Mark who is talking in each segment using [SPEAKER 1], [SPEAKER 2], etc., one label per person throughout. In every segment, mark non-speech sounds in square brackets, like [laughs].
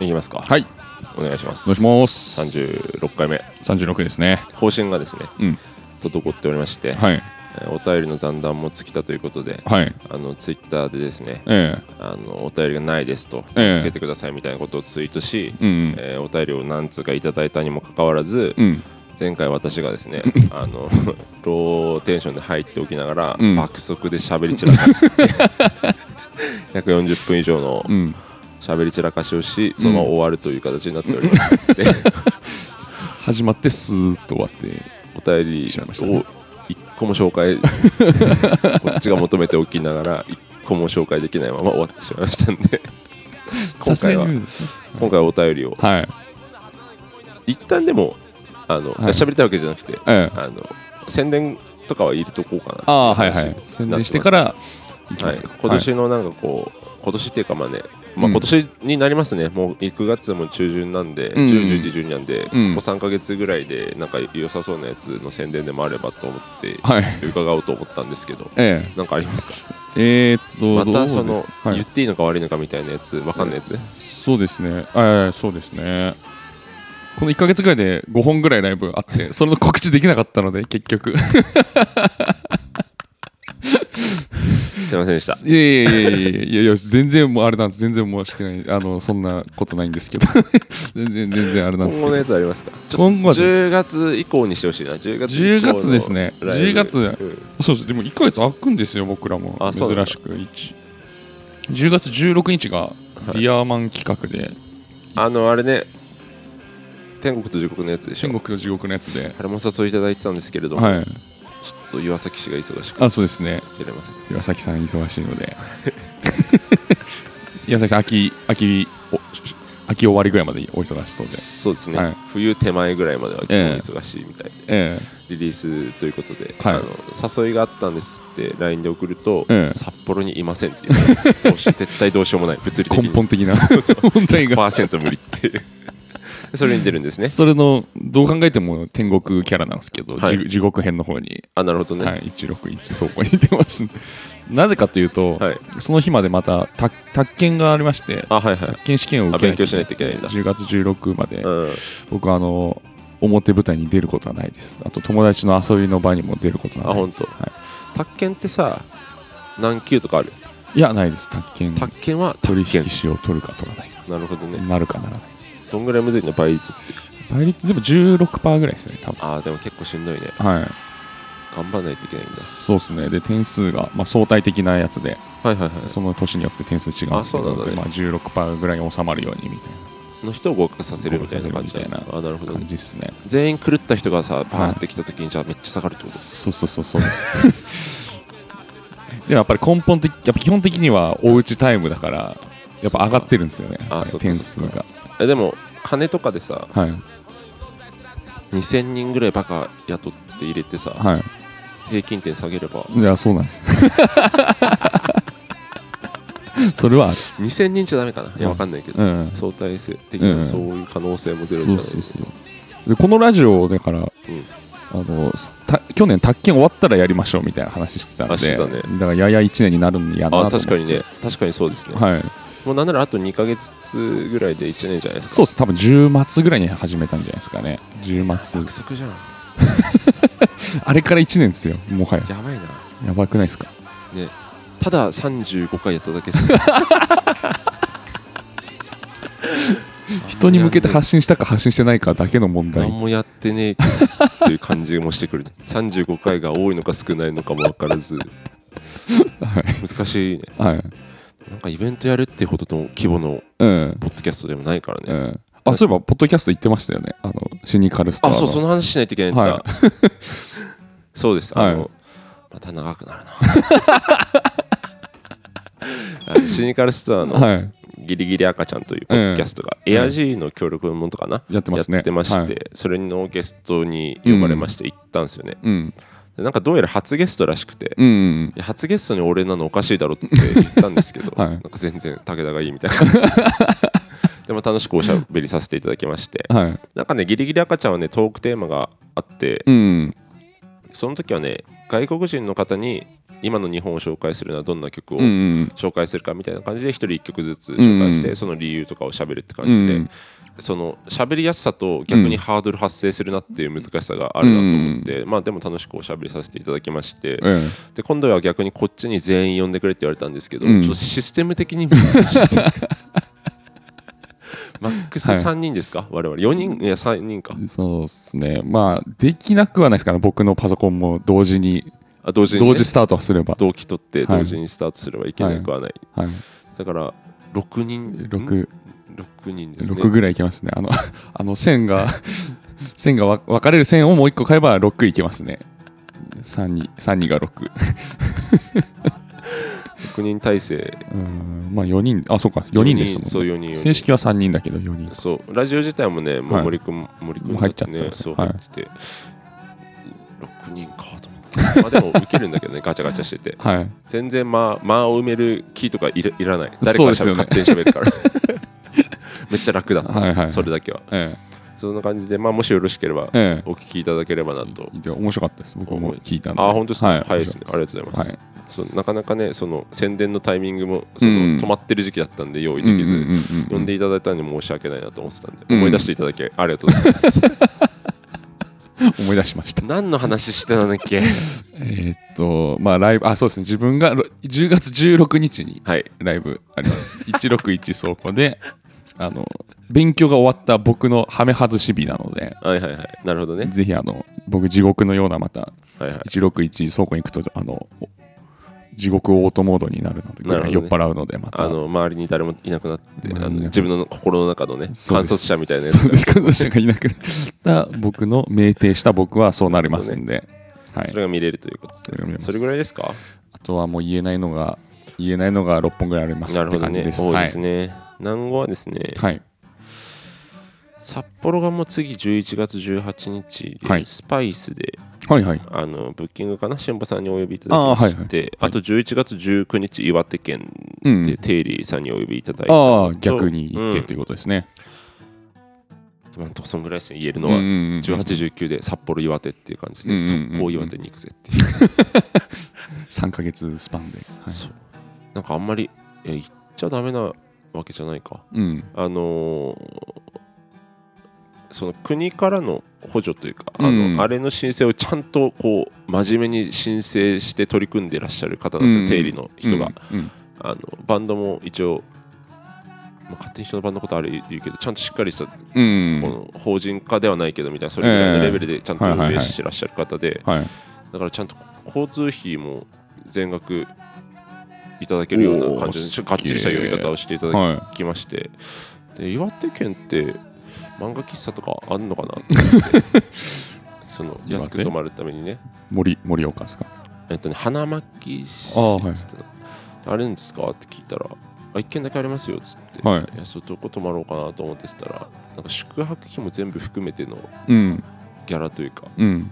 [SPEAKER 1] いきますか
[SPEAKER 2] はい
[SPEAKER 1] お願いします
[SPEAKER 2] お願いします
[SPEAKER 1] 36回目
[SPEAKER 2] 36ですね
[SPEAKER 1] 更新がですね
[SPEAKER 2] うん
[SPEAKER 1] 滞っておりまして、
[SPEAKER 2] はい
[SPEAKER 1] えーお便りの残談も尽きたということで、
[SPEAKER 2] はい
[SPEAKER 1] あのツイッターでですね
[SPEAKER 2] ええ
[SPEAKER 1] あのお便りがないですと
[SPEAKER 2] ええ
[SPEAKER 1] 助けてくださいみたいなことをツイートし、
[SPEAKER 2] うんうん
[SPEAKER 1] えーお便りを何通かいただいたにもかかわらず、
[SPEAKER 2] うん
[SPEAKER 1] 前回私がですねあの [laughs] ローテンションで入っておきながら、
[SPEAKER 2] うん
[SPEAKER 1] 爆速で喋り散らかして [laughs]
[SPEAKER 2] [laughs]
[SPEAKER 1] 140分以上の
[SPEAKER 2] うん
[SPEAKER 1] 喋り散らかしをしそのまま終わるという形になっております、で
[SPEAKER 2] 始まってスーッと終わって
[SPEAKER 1] お便り
[SPEAKER 2] しまいましたね
[SPEAKER 1] を一個も紹
[SPEAKER 2] [laughs]
[SPEAKER 1] 介こっちが求めておきながら一個も紹介できないまま終わってしまいましたんで今回は今回はお便りを
[SPEAKER 2] はい
[SPEAKER 1] 一旦でもあの、
[SPEAKER 2] はい
[SPEAKER 1] 喋りたいわけじゃなくて
[SPEAKER 2] ええ
[SPEAKER 1] あの宣伝とかは入れとこうかな、
[SPEAKER 2] ああはいはい宣伝してかららいき
[SPEAKER 1] は
[SPEAKER 2] ま
[SPEAKER 1] い
[SPEAKER 2] すか、
[SPEAKER 1] 今年のなんかこう今年っていうかまあねま
[SPEAKER 2] う
[SPEAKER 1] あ
[SPEAKER 2] ん
[SPEAKER 1] 今年になりますね、もう9月も中旬なんで、
[SPEAKER 2] ん
[SPEAKER 1] 10 11、12なんで、
[SPEAKER 2] うん
[SPEAKER 1] ここ3か月ぐらいで、なんか良さそうなやつの宣伝でもあればと思って、
[SPEAKER 2] はい、はい、
[SPEAKER 1] 伺おうと思ったんですけど、
[SPEAKER 2] え
[SPEAKER 1] なんかありますか
[SPEAKER 2] ええー、っと
[SPEAKER 1] ま
[SPEAKER 2] どう
[SPEAKER 1] た
[SPEAKER 2] です
[SPEAKER 1] その、
[SPEAKER 2] はい
[SPEAKER 1] 言っていいのか悪いのかみたいなやつ、わかんないやつ、
[SPEAKER 2] そうですね。ええそうですね。この1ヶ月ぐらいで5本ぐらいライブあって、それの告知できなかったので、結局。
[SPEAKER 1] すいませんでした。
[SPEAKER 2] いやいやいやいやいやいやいや、全然もうあれなんです。全然申し訳ない。あの、そんなことないんですけど。 [laughs] 全然、全然あれなんで
[SPEAKER 1] 今後の
[SPEAKER 2] すけど。
[SPEAKER 1] やつありますかちょ
[SPEAKER 2] 今後は
[SPEAKER 1] 10月以降にしてほしいな、10月以降
[SPEAKER 2] 10
[SPEAKER 1] の
[SPEAKER 2] 月ですね
[SPEAKER 1] ライブ
[SPEAKER 2] 10月
[SPEAKER 1] うん
[SPEAKER 2] そうです。でも1ヶ月空くんですよ、僕らも。
[SPEAKER 1] あそうなんだ
[SPEAKER 2] 珍しく。一10月16日が、
[SPEAKER 1] い
[SPEAKER 2] ディアーマン企画で、
[SPEAKER 1] あの、あれね、天国と地獄のやつでしょ
[SPEAKER 2] 天。国と地獄のやつで、
[SPEAKER 1] あれもお誘いいただいてたんですけれども、
[SPEAKER 2] はい。
[SPEAKER 1] ちょっと岩崎氏が忙しく
[SPEAKER 2] あ、そうですね。
[SPEAKER 1] 出れます
[SPEAKER 2] 岩崎さん忙しいの
[SPEAKER 1] [laughs]
[SPEAKER 2] で岩崎さん秋秋おし秋終わりぐらいまでお忙しそうで
[SPEAKER 1] そう [laughs] ですね、
[SPEAKER 2] はい
[SPEAKER 1] 冬手前ぐらいまでは基
[SPEAKER 2] ええ
[SPEAKER 1] 本忙しいみたいで、
[SPEAKER 2] え
[SPEAKER 1] リリースということで、
[SPEAKER 2] はい
[SPEAKER 1] あの誘いがあったんですって LINE で送ると、
[SPEAKER 2] ええ
[SPEAKER 1] 札幌にいませんっていうどうし絶対どうしようもない物理
[SPEAKER 2] え
[SPEAKER 1] 的に
[SPEAKER 2] 根 [laughs] 本的な
[SPEAKER 1] そうそう
[SPEAKER 2] 問題が
[SPEAKER 1] 100%無理って
[SPEAKER 2] [laughs]
[SPEAKER 1] いうそれに出るんですね
[SPEAKER 2] それのどう考えても天国キャラなんですけど、
[SPEAKER 1] はい
[SPEAKER 2] 地地獄編の方に、
[SPEAKER 1] あなるほどね、
[SPEAKER 2] はい、161倉庫に出ます [laughs] なぜかというと、
[SPEAKER 1] はい
[SPEAKER 2] その日までまた宅宅建がありまして
[SPEAKER 1] あはいはい
[SPEAKER 2] 宅建試験を受け
[SPEAKER 1] あ勉強しないといけないんだ
[SPEAKER 2] 10月16まで、
[SPEAKER 1] うん、
[SPEAKER 2] 僕はあの表舞台に出ることはないですあと友達の遊びの場にも出ることはないです
[SPEAKER 1] あ本
[SPEAKER 2] はい
[SPEAKER 1] 宅建ってさ何級とかある
[SPEAKER 2] いや、ないです。宅建
[SPEAKER 1] 宅建は
[SPEAKER 2] 取
[SPEAKER 1] 宅建
[SPEAKER 2] 引士を取るか取らないか、
[SPEAKER 1] なるほどね
[SPEAKER 2] なるかならない。
[SPEAKER 1] どんぐらいむずいの倍率って
[SPEAKER 2] 倍率でも16%ぐらいですね、多分。
[SPEAKER 1] ああでも結構しんどいね
[SPEAKER 2] はい。
[SPEAKER 1] 頑張らないといけないんだ
[SPEAKER 2] そうですね。で、点数が、まあ、相対的なやつで、
[SPEAKER 1] はいはいはい
[SPEAKER 2] その年によって点数違うんですけ
[SPEAKER 1] あそう
[SPEAKER 2] ど、
[SPEAKER 1] なんだね
[SPEAKER 2] まあ、16%ぐらいに収まるようにみたい
[SPEAKER 1] の人を合格させるみたいな感じだ
[SPEAKER 2] 合格させるみたい
[SPEAKER 1] あなるほど
[SPEAKER 2] な
[SPEAKER 1] ね
[SPEAKER 2] 感じですね。
[SPEAKER 1] 全員狂った人がさパーって来た時にじゃあめっちゃ下がるってこと
[SPEAKER 2] そうそうそうそうです。 [laughs] でもやっぱり根本的、やっぱ基本的にはおうちタイムだから、やっぱ上がってるんですよね、
[SPEAKER 1] あそっか
[SPEAKER 2] 点数が。
[SPEAKER 1] えでも金とかでさ
[SPEAKER 2] はい。
[SPEAKER 1] 2000人ぐらいバカ雇って入れてさ、
[SPEAKER 2] はい。
[SPEAKER 1] 平均点下げれば
[SPEAKER 2] いや、そうなんです。 [laughs] それはある、
[SPEAKER 1] 2000人じゃダメかないや
[SPEAKER 2] うん
[SPEAKER 1] わかんないけど、
[SPEAKER 2] うん、
[SPEAKER 1] 相対性的に
[SPEAKER 2] う
[SPEAKER 1] は
[SPEAKER 2] ん
[SPEAKER 1] そういう可能性も出る
[SPEAKER 2] そ
[SPEAKER 1] ん
[SPEAKER 2] う
[SPEAKER 1] だろ
[SPEAKER 2] そううそうでこのラジオだから、あのすた去年宅建終わったらやりましょうみたいな話してたん
[SPEAKER 1] あして
[SPEAKER 2] で
[SPEAKER 1] たね
[SPEAKER 2] だからやや1年になるんでやんな
[SPEAKER 1] あ
[SPEAKER 2] と思
[SPEAKER 1] 確
[SPEAKER 2] っ
[SPEAKER 1] か
[SPEAKER 2] て
[SPEAKER 1] にね確かにそうですね、
[SPEAKER 2] はい
[SPEAKER 1] もうなんならあと2か月ぐらいで1年じゃないですか
[SPEAKER 2] そうです多分10末ぐらいに始めたんじゃないですかね10末
[SPEAKER 1] 約束じゃん
[SPEAKER 2] あれから1年ですよもはや
[SPEAKER 1] やばいな
[SPEAKER 2] やばくないですか
[SPEAKER 1] ねただ35回やっただけじゃん
[SPEAKER 2] [laughs] 人に向けて発信したか発信してないかだけの問題
[SPEAKER 1] 何もやってねえっていう感じもしてくる、ね、
[SPEAKER 2] [laughs]
[SPEAKER 1] 35回が多いのか少ないのかも分からず
[SPEAKER 2] はい
[SPEAKER 1] 難しいね
[SPEAKER 2] はい
[SPEAKER 1] なんかイベントやるってほどの規模の
[SPEAKER 2] うん
[SPEAKER 1] ポッドキャストでもないから
[SPEAKER 2] う
[SPEAKER 1] ね、
[SPEAKER 2] んあそういえばポッドキャスト言ってましたよねあのシニカルスター
[SPEAKER 1] あ
[SPEAKER 2] の
[SPEAKER 1] そうその話しないといけないんだ、
[SPEAKER 2] は
[SPEAKER 1] [laughs] そうです
[SPEAKER 2] はい
[SPEAKER 1] あの、また長くなる [laughs] なあのシニカルストアの
[SPEAKER 2] はい
[SPEAKER 1] 「ギリギリ赤ちゃん」というポッドキャストが、
[SPEAKER 2] ん
[SPEAKER 1] エアジーの協力もとかな、
[SPEAKER 2] やってますね
[SPEAKER 1] やってまして、
[SPEAKER 2] はい
[SPEAKER 1] それのゲストに呼ばれまして行ったんですよね、
[SPEAKER 2] うん
[SPEAKER 1] でなんかどうやら初ゲストらしくて、
[SPEAKER 2] うんうん
[SPEAKER 1] いや初ゲストに俺なのおかしいだろって言ったんですけど、
[SPEAKER 2] [laughs] はい
[SPEAKER 1] なんか全然武田がいいみたいな感
[SPEAKER 2] [laughs]
[SPEAKER 1] じででも楽しくおしゃべりさせていただきまして
[SPEAKER 2] うんはい
[SPEAKER 1] なんかねギリギリ赤ちゃんはねトークテーマがあって
[SPEAKER 2] うん
[SPEAKER 1] その時はね外国人の方に今の日本を紹介するのはどんな曲を
[SPEAKER 2] うんうん
[SPEAKER 1] 紹介するかみたいな感じで一人一曲ずつ紹介して、
[SPEAKER 2] うん
[SPEAKER 1] その理由とかを喋るって感じで、
[SPEAKER 2] うん
[SPEAKER 1] その喋りやすさと逆にハードル発生するなっていう難しさがあるなと思って、まあでも楽しくおしゃべりさせていただきまして、
[SPEAKER 2] うん
[SPEAKER 1] で今度は逆にこっちに全員呼んでくれって言われたんですけど、
[SPEAKER 2] うん
[SPEAKER 1] ちょっとシステム的に難しい
[SPEAKER 2] [laughs]
[SPEAKER 1] マックス
[SPEAKER 2] はい
[SPEAKER 1] 3人ですか、我々4人いや3人か
[SPEAKER 2] うんそうですねまあできなくはないですから僕のパソコンも同時に
[SPEAKER 1] あ同時に、ね、
[SPEAKER 2] 同時スタートすれば、
[SPEAKER 1] 同期取って
[SPEAKER 2] はい
[SPEAKER 1] 同時にスタートすればいけなくはない、
[SPEAKER 2] はい、
[SPEAKER 1] だから6人
[SPEAKER 2] 6
[SPEAKER 1] 六人ですね
[SPEAKER 2] 六ぐらいいけますねあの [laughs] あの線が [laughs] 線がわ分かれる線をもう一個買えば6いけますね32が6
[SPEAKER 1] 6人体制
[SPEAKER 2] うんまあ4人あそうか4人ですもんね
[SPEAKER 1] そう4人
[SPEAKER 2] 正式は3人だけど4人
[SPEAKER 1] そうラジオ自体もね、も
[SPEAKER 2] は
[SPEAKER 1] う
[SPEAKER 2] い
[SPEAKER 1] 森くん、森くん
[SPEAKER 2] もう
[SPEAKER 1] だ
[SPEAKER 2] 入
[SPEAKER 1] っ
[SPEAKER 2] っちゃ
[SPEAKER 1] て
[SPEAKER 2] って
[SPEAKER 1] ね、
[SPEAKER 2] ます
[SPEAKER 1] そう入
[SPEAKER 2] はい
[SPEAKER 1] ってて、6人かと思って、まあで
[SPEAKER 2] [laughs]
[SPEAKER 1] も受けるんだけどね、ガチャガチャしてて、
[SPEAKER 2] はい
[SPEAKER 1] 全然間、間を埋めるキーとかいらいらない、誰か
[SPEAKER 2] そう
[SPEAKER 1] が
[SPEAKER 2] で
[SPEAKER 1] しゃ
[SPEAKER 2] すよね
[SPEAKER 1] 勝手に喋るから、 [laughs] めっちゃ楽だった、
[SPEAKER 2] はいはい
[SPEAKER 1] それだけは。
[SPEAKER 2] え
[SPEAKER 1] そんな感じで、まあもしよろしければ
[SPEAKER 2] え、え
[SPEAKER 1] お聞きいただければなと
[SPEAKER 2] え。いや面白かったです僕も聞いたんで
[SPEAKER 1] あ、本当ですか、
[SPEAKER 2] はい
[SPEAKER 1] 早いですね、ありがとうございます。
[SPEAKER 2] は
[SPEAKER 1] そうなかなかね、その宣伝のタイミングもその、
[SPEAKER 2] うん
[SPEAKER 1] 止まってる時期だったんで、用意
[SPEAKER 2] い
[SPEAKER 1] できず。
[SPEAKER 2] うんうんうんうん
[SPEAKER 1] 呼んでいただいたのに申し訳ないなと思ってたんで、
[SPEAKER 2] うん
[SPEAKER 1] 思い出していただきありがとうござ
[SPEAKER 2] [laughs]
[SPEAKER 1] います。
[SPEAKER 2] 思い出しました
[SPEAKER 1] 何の話してたんだっ [laughs] け
[SPEAKER 2] えーっとまあライブあそうですね自分がろ10月16日に
[SPEAKER 1] はい。
[SPEAKER 2] ライブあります161倉庫であの勉強が終わった僕のハメ外し日なので
[SPEAKER 1] はいはいはい。なるほどね。
[SPEAKER 2] ぜひあの僕地獄のようなまた
[SPEAKER 1] はいはい。
[SPEAKER 2] 161倉庫に行くとあのお地獄オートモードになるので
[SPEAKER 1] なるほどね
[SPEAKER 2] 酔っ払うのでまた
[SPEAKER 1] あの周りに誰もいなくなって、あ
[SPEAKER 2] 周りにいなくな
[SPEAKER 1] の自分の心の中のね、
[SPEAKER 2] そう
[SPEAKER 1] 観
[SPEAKER 2] です
[SPEAKER 1] 察者みたいなやつ
[SPEAKER 2] そうです観察者がいなくなった僕の酩酊した僕はそうなりますんで、は
[SPEAKER 1] そ
[SPEAKER 2] い
[SPEAKER 1] れが見れるということ
[SPEAKER 2] それが見れ
[SPEAKER 1] で、
[SPEAKER 2] ます
[SPEAKER 1] それぐらいですか
[SPEAKER 2] あとはもう言えないのが言えないのが6本ぐらいあります
[SPEAKER 1] な
[SPEAKER 2] っ
[SPEAKER 1] る
[SPEAKER 2] て
[SPEAKER 1] ほど
[SPEAKER 2] 感じ
[SPEAKER 1] ね。
[SPEAKER 2] です
[SPEAKER 1] 多い
[SPEAKER 2] は
[SPEAKER 1] で
[SPEAKER 2] い
[SPEAKER 1] すね。南語はですね、
[SPEAKER 2] はい
[SPEAKER 1] 札幌がもう次11月18日で、
[SPEAKER 2] はい
[SPEAKER 1] スパイスで、
[SPEAKER 2] はいはい
[SPEAKER 1] あのブッキングかな、新保さんにお呼びいただきまして、あ,、
[SPEAKER 2] あーはいはい
[SPEAKER 1] と11月19日、岩手県
[SPEAKER 2] う
[SPEAKER 1] で
[SPEAKER 2] ん
[SPEAKER 1] テイリーさんにお呼びいただいた
[SPEAKER 2] ああ
[SPEAKER 1] のと
[SPEAKER 2] 逆に言っ
[SPEAKER 1] う
[SPEAKER 2] て
[SPEAKER 1] ん
[SPEAKER 2] ということですね、
[SPEAKER 1] 今のとこそんぐらいですね、言える
[SPEAKER 2] う
[SPEAKER 1] の
[SPEAKER 2] んう
[SPEAKER 1] は。
[SPEAKER 2] んうん、
[SPEAKER 1] 1819で札幌岩手っていう感じ
[SPEAKER 2] う
[SPEAKER 1] で
[SPEAKER 2] んうんうん
[SPEAKER 1] 速攻岩手に行くぜっていう,、
[SPEAKER 2] 3か月スパンで、はい
[SPEAKER 1] そうなんかあんまりいや言っちゃダメなわけじゃないか
[SPEAKER 2] うん、
[SPEAKER 1] あのーその国からの補助というか、
[SPEAKER 2] うん
[SPEAKER 1] あのあれの申請をちゃんとこう真面目に申請して取り組んでらっしゃる方なんですよ、
[SPEAKER 2] うん
[SPEAKER 1] 定理の人が、
[SPEAKER 2] うんうん
[SPEAKER 1] あのバンドも一応、まあ、勝手に人のバンドのことあれ言うけどちゃんとしっかりした
[SPEAKER 2] うん
[SPEAKER 1] この法人化ではないけどみたいなそれぐらいのレベルでちゃんと運営してらっしゃる方で
[SPEAKER 2] はい、
[SPEAKER 1] だからちゃんと交通費も全額いただけるような感じ
[SPEAKER 2] お
[SPEAKER 1] で
[SPEAKER 2] ー
[SPEAKER 1] ちょっとがっちりした呼び方をしていただ
[SPEAKER 2] は
[SPEAKER 1] きましてで岩手県って漫画喫茶とかあるのかな [laughs] その
[SPEAKER 2] 岩手
[SPEAKER 1] 安く泊まるためにね
[SPEAKER 2] い、森森岡ですか
[SPEAKER 1] えっとね花巻市
[SPEAKER 2] あーはい
[SPEAKER 1] つってあれんですかって聞いたらあ一軒だけありますよっつって、
[SPEAKER 2] はい
[SPEAKER 1] いやそうどこ泊まろうかなと思ってたらなんか宿泊費も全部含めての
[SPEAKER 2] うん
[SPEAKER 1] ギャラというか
[SPEAKER 2] うん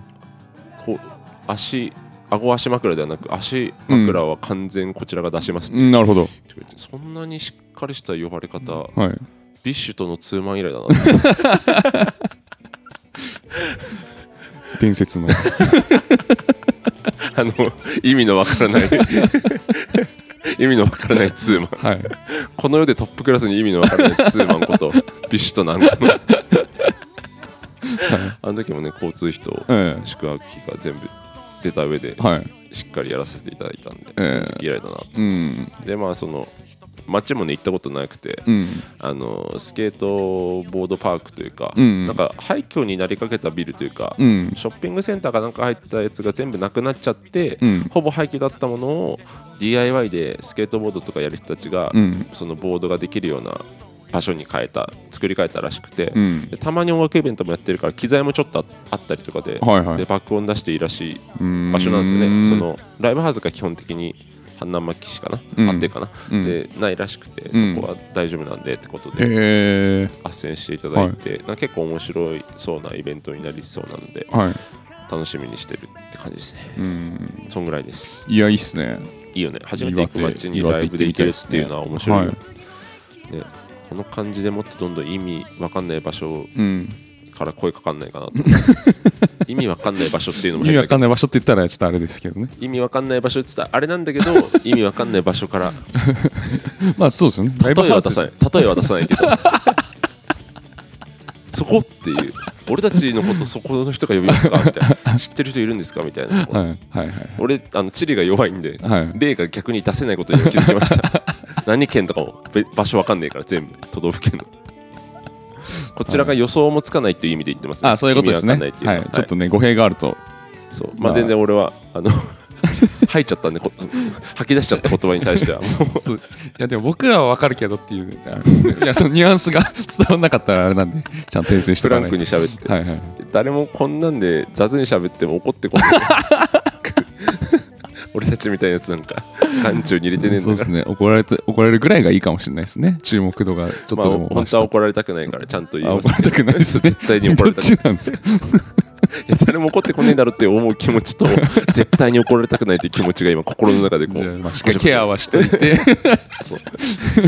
[SPEAKER 1] こう足顎足枕ではなく足枕は完全こちらが出しますって
[SPEAKER 2] うんなるほ
[SPEAKER 1] 言
[SPEAKER 2] ど
[SPEAKER 1] ってくれて、そんなにしっかりした呼ばれ方、
[SPEAKER 2] はい
[SPEAKER 1] ビッシュとのツーマン以来だな
[SPEAKER 2] 伝説 [laughs] の
[SPEAKER 1] あの意味のわから
[SPEAKER 2] [laughs]
[SPEAKER 1] ない意味のわからないツーマン
[SPEAKER 2] はい
[SPEAKER 1] この世でトップクラスに意味のわからないツーマン
[SPEAKER 2] [laughs]
[SPEAKER 1] ことビッシュとなんかのあの時もね交通費と
[SPEAKER 2] え
[SPEAKER 1] 宿泊費が全部出た上で
[SPEAKER 2] えはい
[SPEAKER 1] しっかりやらせていただいたんで、
[SPEAKER 2] ええ
[SPEAKER 1] その時以来だな
[SPEAKER 2] うん
[SPEAKER 1] でまあその街もね行ったことなくて、
[SPEAKER 2] うん
[SPEAKER 1] あのスケートボードパークというか、
[SPEAKER 2] うん
[SPEAKER 1] なんか廃墟になりかけたビルというか、
[SPEAKER 2] うん
[SPEAKER 1] ショッピングセンターかなんか入ったやつが全部なくなっちゃって、
[SPEAKER 2] うん
[SPEAKER 1] ほぼ廃墟だったものを DIY でスケートボードとかやる人たちが、
[SPEAKER 2] うん
[SPEAKER 1] そのボードができるような場所に変えた作り変えたらしくて、
[SPEAKER 2] うん
[SPEAKER 1] でたまに音楽イベントもやってるから機材もちょっとああったりとかで,、
[SPEAKER 2] はいはい
[SPEAKER 1] で爆音出していいらしい
[SPEAKER 2] 場
[SPEAKER 1] 場所なんですよねそのライブハウスが基本的に半南巻市かな、
[SPEAKER 2] うん
[SPEAKER 1] 判定かな、
[SPEAKER 2] うん
[SPEAKER 1] でないらしくて、
[SPEAKER 2] うん
[SPEAKER 1] そこは大丈夫なんでってことで
[SPEAKER 2] へえ
[SPEAKER 1] 斡旋していただいて、なんか結構面白いそうなイベントになりそうなので
[SPEAKER 2] はい
[SPEAKER 1] 楽しみにしてるって感じですね
[SPEAKER 2] うん
[SPEAKER 1] そんぐらいです
[SPEAKER 2] いやいいっすね
[SPEAKER 1] いいよね初めて行く
[SPEAKER 2] 岩手
[SPEAKER 1] 街にライブで行けるっていうのは面白いよ、
[SPEAKER 2] は
[SPEAKER 1] ね、この感じでもっとどんどん意味わかんない場所
[SPEAKER 2] うん [laughs]
[SPEAKER 1] から声かかんないかなと意味わかんない場所っていうのも
[SPEAKER 2] 意味わかん
[SPEAKER 1] ない
[SPEAKER 2] ない場所って言ったらちょっとあれですけどね
[SPEAKER 1] 意味わかんない場所って言ったらあれなんだけど意味わかんない場所から
[SPEAKER 2] まあそうですね
[SPEAKER 1] 例
[SPEAKER 2] ライ
[SPEAKER 1] え
[SPEAKER 2] ブハ
[SPEAKER 1] は
[SPEAKER 2] ウス
[SPEAKER 1] 出さない例えは出さないけど [laughs] そこっていう俺たちのことそこの人が呼びますかみたいな知ってる人いるんですかみたいな、
[SPEAKER 2] はいはいはい
[SPEAKER 1] 俺あの地理が弱いんで、
[SPEAKER 2] はい
[SPEAKER 1] 例が逆に出せないことに今気づきました
[SPEAKER 2] [laughs]
[SPEAKER 1] 何県とかもべ場所わかんないから全部都道府県のこちらが予想もつかないっていう意味で言ってます、
[SPEAKER 2] あそういうことですね
[SPEAKER 1] 意味わかんな
[SPEAKER 2] はい
[SPEAKER 1] っていう
[SPEAKER 2] い
[SPEAKER 1] のは
[SPEAKER 2] ちょっとね語弊があると
[SPEAKER 1] そうま
[SPEAKER 2] ま
[SPEAKER 1] あ
[SPEAKER 2] あ
[SPEAKER 1] 全然俺はあの [laughs] 吐いちゃったんでこ吐き出しちゃった言葉に対してはも [laughs] う
[SPEAKER 2] そういやでも僕らはわかるけどっていうあのいやそのニュアンスが [laughs] 伝わらなかったらあれなんでちゃんと訂正して
[SPEAKER 1] フランクに
[SPEAKER 2] し
[SPEAKER 1] 喋って、
[SPEAKER 2] はいはい
[SPEAKER 1] 誰もこんなんで雑に喋っても怒ってこない [laughs] 俺たちみたいなやつなんか眼中に入れてねえんだ
[SPEAKER 2] そう
[SPEAKER 1] から
[SPEAKER 2] ですね怒られて怒られるぐらいがいいかもしれないですね注目度がちょっと
[SPEAKER 1] ま
[SPEAKER 2] で
[SPEAKER 1] あ、
[SPEAKER 2] も増
[SPEAKER 1] 本当
[SPEAKER 2] した
[SPEAKER 1] は怒られたくないからちゃんと言い
[SPEAKER 2] あ
[SPEAKER 1] ます
[SPEAKER 2] 怒られたくないですね絶
[SPEAKER 1] 対に怒られたく
[SPEAKER 2] どっちなんですか
[SPEAKER 1] いや誰も怒ってこねえだろって思う気持ちと絶対に怒られたくないっていう気持ちが今心の中でこ
[SPEAKER 2] じゃあ
[SPEAKER 1] う
[SPEAKER 2] まあしっかりケアはしておいて
[SPEAKER 1] そう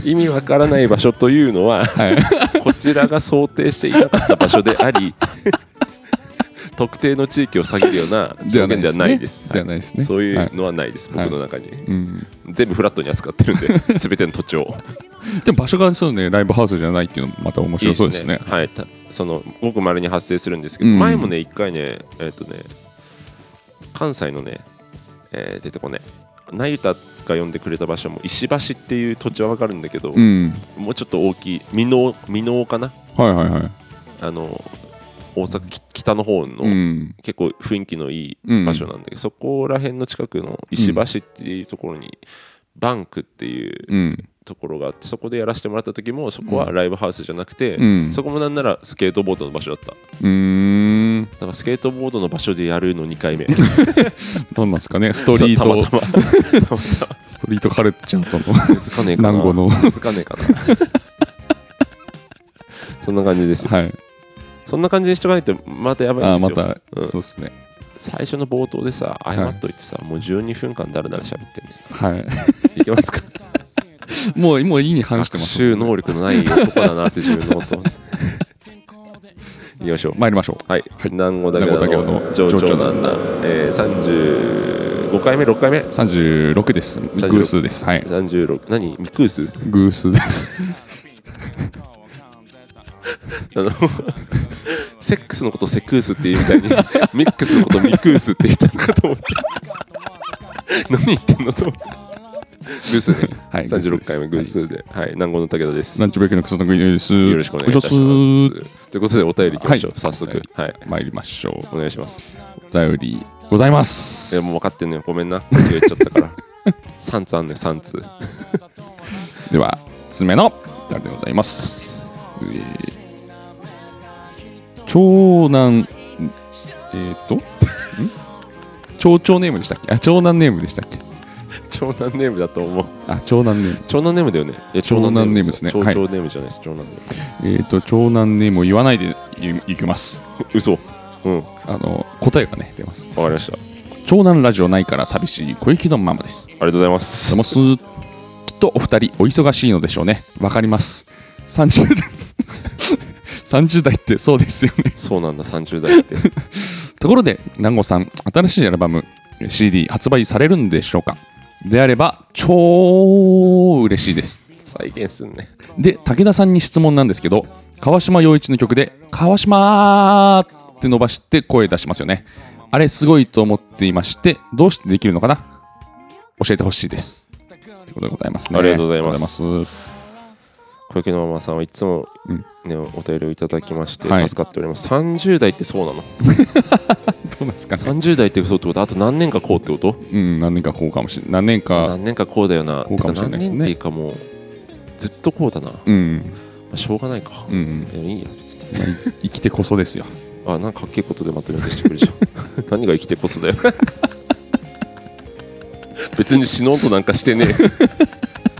[SPEAKER 1] 意味わからない場所というの
[SPEAKER 2] [laughs]
[SPEAKER 1] は
[SPEAKER 2] はい
[SPEAKER 1] こちらが想定していなかった場所であ
[SPEAKER 2] [laughs]
[SPEAKER 1] り特定の地域を下げるような表現ではないです。
[SPEAKER 2] ではないですね
[SPEAKER 1] はそうい
[SPEAKER 2] ではないう
[SPEAKER 1] のはないです、
[SPEAKER 2] はい
[SPEAKER 1] 僕の中に。
[SPEAKER 2] うん
[SPEAKER 1] 全部フラットに扱ってるんで、すべての土地を。
[SPEAKER 2] でも場所がそうねライブハウスじゃないっていうのもまた面白 [laughs] そうですね
[SPEAKER 1] いいはい、たそのごくまれに発生するんですけど、
[SPEAKER 2] うん
[SPEAKER 1] 前もね、一回ね、えっ、とね、関西のね、えー出てこね、なゆたが呼んでくれた場所も石橋っていう土地はわかるんだけど、
[SPEAKER 2] うん
[SPEAKER 1] もうちょっと大きい、箕面箕面かな、
[SPEAKER 2] はいはいはい
[SPEAKER 1] あの大阪き北の方の、
[SPEAKER 2] うん
[SPEAKER 1] 結構雰囲気のい
[SPEAKER 2] うん
[SPEAKER 1] い場所なんだけど、そこら辺の近くの石橋っていうところに、バンクっていう
[SPEAKER 2] うん
[SPEAKER 1] ところがあってそこでやらせてもらった時もそこはライブハウスじゃなくて、
[SPEAKER 2] うん
[SPEAKER 1] そこもなんならスケートボードの場所だっただか
[SPEAKER 2] うーん
[SPEAKER 1] らスケートボードの場所でやるの2回
[SPEAKER 2] [laughs]
[SPEAKER 1] 目
[SPEAKER 2] どんなんですかねストリー
[SPEAKER 1] そう
[SPEAKER 2] ト
[SPEAKER 1] たまたま
[SPEAKER 2] [laughs] ストリートカルチャーと [laughs] の
[SPEAKER 1] 根付かねえかな
[SPEAKER 2] 南郷の
[SPEAKER 1] 根付かねえかなそんな感じですよ
[SPEAKER 2] はい
[SPEAKER 1] そんな感じにしとかないとまたやば
[SPEAKER 2] あ
[SPEAKER 1] い
[SPEAKER 2] あ
[SPEAKER 1] んで
[SPEAKER 2] ます
[SPEAKER 1] よ
[SPEAKER 2] た
[SPEAKER 1] うん
[SPEAKER 2] そうですね
[SPEAKER 1] 最初の冒頭でさ謝っといてさ、もう12分間だらだら喋ってね
[SPEAKER 2] はい [laughs]
[SPEAKER 1] いけますか
[SPEAKER 2] もうもういいに反して
[SPEAKER 1] 学
[SPEAKER 2] ます
[SPEAKER 1] 習能力のない男だなって自分のこといきましょう
[SPEAKER 2] 参りましょう
[SPEAKER 1] はい、
[SPEAKER 2] はい
[SPEAKER 1] 南郷だけ
[SPEAKER 2] 南郷だけ
[SPEAKER 1] の
[SPEAKER 2] の
[SPEAKER 1] 情
[SPEAKER 2] 情
[SPEAKER 1] 緒
[SPEAKER 2] 緒
[SPEAKER 1] なんだ、えー、35回目6回目
[SPEAKER 2] 36です
[SPEAKER 1] 36
[SPEAKER 2] 偶数で
[SPEAKER 1] [laughs]
[SPEAKER 2] すはい
[SPEAKER 1] 36何ミクース
[SPEAKER 2] 偶数です
[SPEAKER 1] [laughs] あのセックスのことをセクースって言うみたいにミックスのことをミクースって言ったのかと思って何言ってんのと思って偶数ね、
[SPEAKER 2] はい
[SPEAKER 1] 36回目偶数で、はい南郷の武田です
[SPEAKER 2] な
[SPEAKER 1] よ
[SPEAKER 2] んちゅうべきのクソの国です
[SPEAKER 1] ろしくお願いいたしますということでお便りいきましょう、
[SPEAKER 2] はい
[SPEAKER 1] 早速はい
[SPEAKER 2] 参りましょ
[SPEAKER 1] お願いします
[SPEAKER 2] うお便りございます
[SPEAKER 1] いやもう分かってんのよごめんな言っちゃったから [laughs] 3つあんのよ3つ
[SPEAKER 2] ではつ目の誰でございます、えー長男え
[SPEAKER 1] [laughs]
[SPEAKER 2] っ、ー、とん長長ネームでしたっけあ長男ネームでしたっけ
[SPEAKER 1] 長男ネームだと思う
[SPEAKER 2] あ長男ネーム
[SPEAKER 1] 長男ネームだよね。いや
[SPEAKER 2] 長男ネームですね
[SPEAKER 1] 長
[SPEAKER 2] はい
[SPEAKER 1] 長ネームじゃないです。長男ネー
[SPEAKER 2] えっ、ー、と長男ネームを言わないでいいきます
[SPEAKER 1] ム。嘘。うん。わか
[SPEAKER 2] あの答えがね出ます
[SPEAKER 1] りました。あ
[SPEAKER 2] 長男ラジオないから寂しい小雪のママです
[SPEAKER 1] りがとうございます
[SPEAKER 2] どう。もすきっとお二人お忙しいのでしょうねわかります30代 [laughs] 30代ってそうですよね
[SPEAKER 1] そうなんだ。三十代っ
[SPEAKER 2] [laughs]
[SPEAKER 1] て。
[SPEAKER 2] ところで南郷さん新しいアルバム CD 発売されるんでしょうかであれば超嬉しいです
[SPEAKER 1] 再現すんね。
[SPEAKER 2] で武田さんに質問なんですけど川島陽一の曲で「川島!」って伸ばして声出しますよねあれすごいと思っていましてどうしてできるのかな教えてほしいですということでございますね
[SPEAKER 1] ありがとうございます
[SPEAKER 2] ありがとうございます
[SPEAKER 1] 小池のママさんはいつも
[SPEAKER 2] うん
[SPEAKER 1] ねお便りをいただきまして
[SPEAKER 2] はい
[SPEAKER 1] 助かっております。三十代ってそうなの。
[SPEAKER 2] どうなんですかね
[SPEAKER 1] 三十代って嘘ってこと。あと何年かこうってこと？
[SPEAKER 2] うん何年かこうかもしれない何年か
[SPEAKER 1] 何年かこうだよな。
[SPEAKER 2] こうかもしれないですね
[SPEAKER 1] てか何年っていうかもうずっとこうだな。ま
[SPEAKER 2] うん
[SPEAKER 1] あしょうがないか
[SPEAKER 2] う。ん
[SPEAKER 1] いやいいや別に。
[SPEAKER 2] まあい生きてこそ
[SPEAKER 1] [laughs]
[SPEAKER 2] ですよ
[SPEAKER 1] あなんかかっけえことでまとめてしてくれるじ
[SPEAKER 2] [laughs]
[SPEAKER 1] ゃん何が生きてこそだよ別に死のうとなんかしてねえ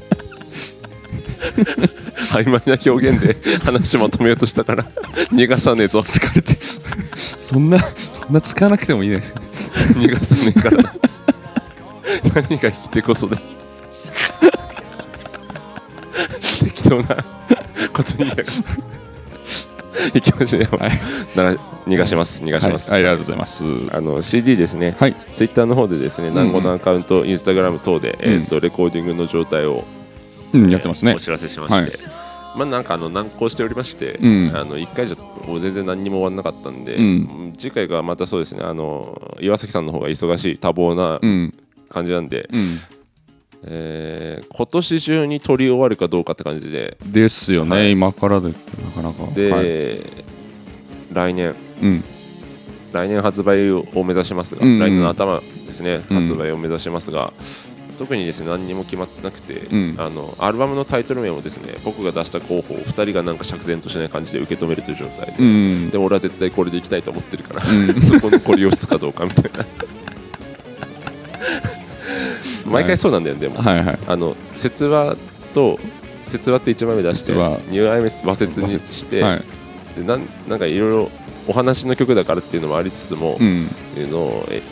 [SPEAKER 1] 曖昧な表現で話まとめようとしたから逃がさねえぞ
[SPEAKER 2] 疲れて [laughs] そんなそんな使わなくてもいいです
[SPEAKER 1] 逃がさねえから何が生きてこそだよ [laughs] 適当なことにやがって行きましょうよなら逃がします逃がし
[SPEAKER 2] はい、あ
[SPEAKER 1] ま
[SPEAKER 2] り
[SPEAKER 1] す、
[SPEAKER 2] がとうございます。は
[SPEAKER 1] あの CD ですね、
[SPEAKER 2] い、
[SPEAKER 1] ツイッターの方でですね、南語のアカウント、インスタグラム等で、
[SPEAKER 2] うん
[SPEAKER 1] えー、とレコーディングの状態を、
[SPEAKER 2] うん、やってます
[SPEAKER 1] えー
[SPEAKER 2] ね
[SPEAKER 1] お。知らせしまして、まあなんかあの難航しておりまして、
[SPEAKER 2] うん
[SPEAKER 1] あの一回じゃもう全然何にも終わんなかったんで、
[SPEAKER 2] うん
[SPEAKER 1] 次回がまたそうですねあの岩崎さんの方が忙しい多忙な
[SPEAKER 2] うん、
[SPEAKER 1] 感じなんで、
[SPEAKER 2] うん、
[SPEAKER 1] えー今年中に撮り終わるかどうかって感じで
[SPEAKER 2] ですよね、
[SPEAKER 1] はい
[SPEAKER 2] 今からでなかなか。
[SPEAKER 1] で、
[SPEAKER 2] はい、
[SPEAKER 1] 来年
[SPEAKER 2] うん、
[SPEAKER 1] 来年発売を目指しますが、
[SPEAKER 2] うんうん
[SPEAKER 1] 来年の頭ですね、
[SPEAKER 2] うん
[SPEAKER 1] 発売を目指しますが、特にですね何にも決まってなくて、
[SPEAKER 2] ん
[SPEAKER 1] あのアルバムのタイトル名もですね僕が出した候補を2人がなんか釈然としない感じで受け止めるという状態
[SPEAKER 2] う
[SPEAKER 1] で、
[SPEAKER 2] ん
[SPEAKER 1] で、も俺は絶対これでいきたいと思ってるから、
[SPEAKER 2] うん
[SPEAKER 1] そこのこれを質かどうかみたいな毎回そうなんだよねでも、
[SPEAKER 2] はい、はい。
[SPEAKER 1] あの説話と説話って一番目出して
[SPEAKER 2] 説話
[SPEAKER 1] ニューアイメス和説にして、
[SPEAKER 2] はい、
[SPEAKER 1] でなんなんかいろいろお話の曲だからっていうのもありつつも、
[SPEAKER 2] うん、
[SPEAKER 1] っていうのをえ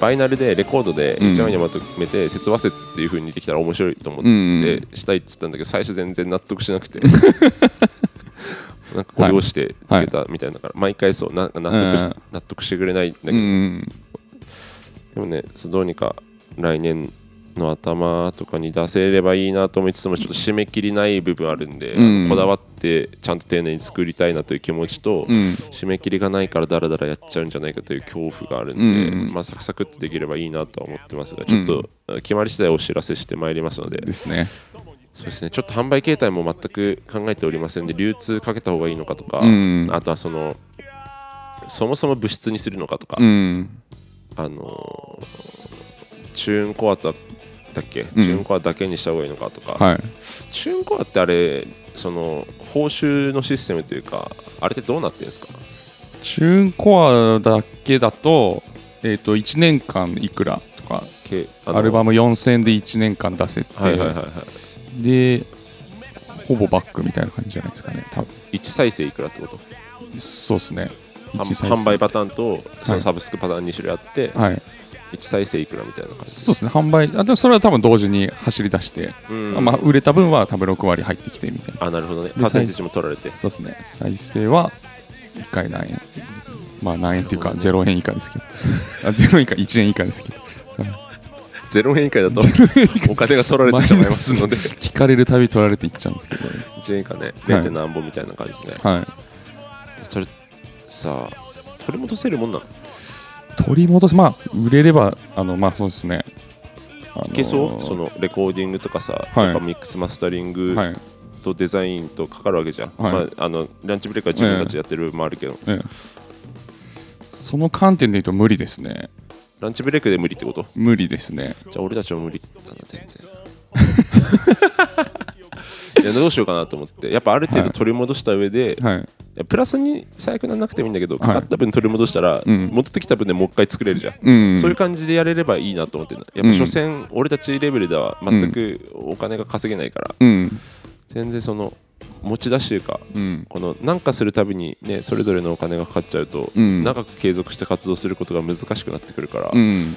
[SPEAKER 1] バイナルでレコードで
[SPEAKER 2] うん
[SPEAKER 1] 一枚にまとめて説話説っていう風にできたら面白いと思っ
[SPEAKER 2] うんうん
[SPEAKER 1] てしたいって言ったんだけど最初全然納得しなくて [laughs] なんかこれをしてつけたみたいだから毎回そうな納得し
[SPEAKER 2] うん
[SPEAKER 1] 納得してくれないんだけ
[SPEAKER 2] う
[SPEAKER 1] どで
[SPEAKER 2] ん、うん、
[SPEAKER 1] もねそうどうにか来年の頭とかに出せればいいなと思いつつもちょっと締め切りない部分あるんで
[SPEAKER 2] うん
[SPEAKER 1] こだわってちゃんと丁寧に作りたいなという気持ちと
[SPEAKER 2] うん、
[SPEAKER 1] 締め切りがないからダラダラやっちゃうんじゃないかという恐怖があるんで、
[SPEAKER 2] うんうん
[SPEAKER 1] まあ、サクサクっとできればいいなとは思ってますがちょっと、決まり次第お知らせしてまいりますので
[SPEAKER 2] ですね。
[SPEAKER 1] そうです、ね、ちょっと販売形態も全く考えておりませんで流通かけた方がいいのかとか、
[SPEAKER 2] うん
[SPEAKER 1] あとはそのそもそも物質にするのかとか、
[SPEAKER 2] うん、
[SPEAKER 1] あのーチューンコアだだっけ、
[SPEAKER 2] ん
[SPEAKER 1] チューンコアだけにした方がいいのかとか、
[SPEAKER 2] はい、
[SPEAKER 1] チューンコアってあれその報酬のシステムというかあれってどうなってるんですか
[SPEAKER 2] チューンコアだけだと、えっ、と、一年間いくらとか。
[SPEAKER 1] けあの
[SPEAKER 2] アルバム4000円で1年間出せて、
[SPEAKER 1] はいはいはいはい
[SPEAKER 2] でほぼバックみたいな感じじゃないですかね多分
[SPEAKER 1] 1再生いくらってこと
[SPEAKER 2] そうですね
[SPEAKER 1] 販
[SPEAKER 2] 一再生
[SPEAKER 1] 販売パターンとそ
[SPEAKER 2] は
[SPEAKER 1] の
[SPEAKER 2] い
[SPEAKER 1] サブスクパターン2種類あって、
[SPEAKER 2] はい
[SPEAKER 1] 1再生いくらみたいな感じ、
[SPEAKER 2] そうですね販売あでもそれは多分同時に走り出して、
[SPEAKER 1] うん
[SPEAKER 2] まあ、売れた分は多分6割入ってきてみたいな
[SPEAKER 1] あなるほどね
[SPEAKER 2] で
[SPEAKER 1] パーセンテージも取られて
[SPEAKER 2] そうですね再生は1回何円まあ何円っていうか
[SPEAKER 1] なるほ
[SPEAKER 2] 0円以下ですけどあ0円以下1円以下ですけど
[SPEAKER 1] 0円以下だとお金が取られ
[SPEAKER 2] マ
[SPEAKER 1] て
[SPEAKER 2] イ
[SPEAKER 1] しまい
[SPEAKER 2] ナ
[SPEAKER 1] ま
[SPEAKER 2] ス
[SPEAKER 1] すので
[SPEAKER 2] 聞かれるたび取られていっちゃうんですけど、ね、
[SPEAKER 1] 1円以下ね 0. 何本みたいな感じで、
[SPEAKER 2] はい
[SPEAKER 1] それさあ取り戻せるもんなの
[SPEAKER 2] 取り戻すまあ売れればあのまあそうですねあのー
[SPEAKER 1] いけそうそのレコーディングとかさ、
[SPEAKER 2] はい
[SPEAKER 1] やっぱミックスマスタリング
[SPEAKER 2] はい
[SPEAKER 1] とデザインとかかるわけじゃん、
[SPEAKER 2] は
[SPEAKER 1] まあ、
[SPEAKER 2] い
[SPEAKER 1] あのランチブレイクは自分たちでやってる部分もあるけど、
[SPEAKER 2] ええその観点で言うと無理ですね。
[SPEAKER 1] ランチブレイクで無理ってこと
[SPEAKER 2] 無理ですね。
[SPEAKER 1] じゃあ俺たちも無理だな全
[SPEAKER 2] [laughs]
[SPEAKER 1] 然いやどうしようかなと思ってやっぱある程度取り戻した上で、
[SPEAKER 2] はい。
[SPEAKER 1] いやプラスに最悪ならなくてもいいんだけど
[SPEAKER 2] はい
[SPEAKER 1] かかった分取り戻したら、
[SPEAKER 2] うん
[SPEAKER 1] 戻ってきた分でもう一回作れるじゃん、
[SPEAKER 2] うん。
[SPEAKER 1] そういう感じでやれればいいなと思ってるやっぱ所詮、俺たちレベルでは全くお金が稼げないから、
[SPEAKER 2] うん。
[SPEAKER 1] 全然その持ち出しというか
[SPEAKER 2] うん。
[SPEAKER 1] このなんかするたびにねそれぞれのお金がかかっちゃうと、
[SPEAKER 2] うん
[SPEAKER 1] 長く継続して活動することが難しくなってくるから、
[SPEAKER 2] うん。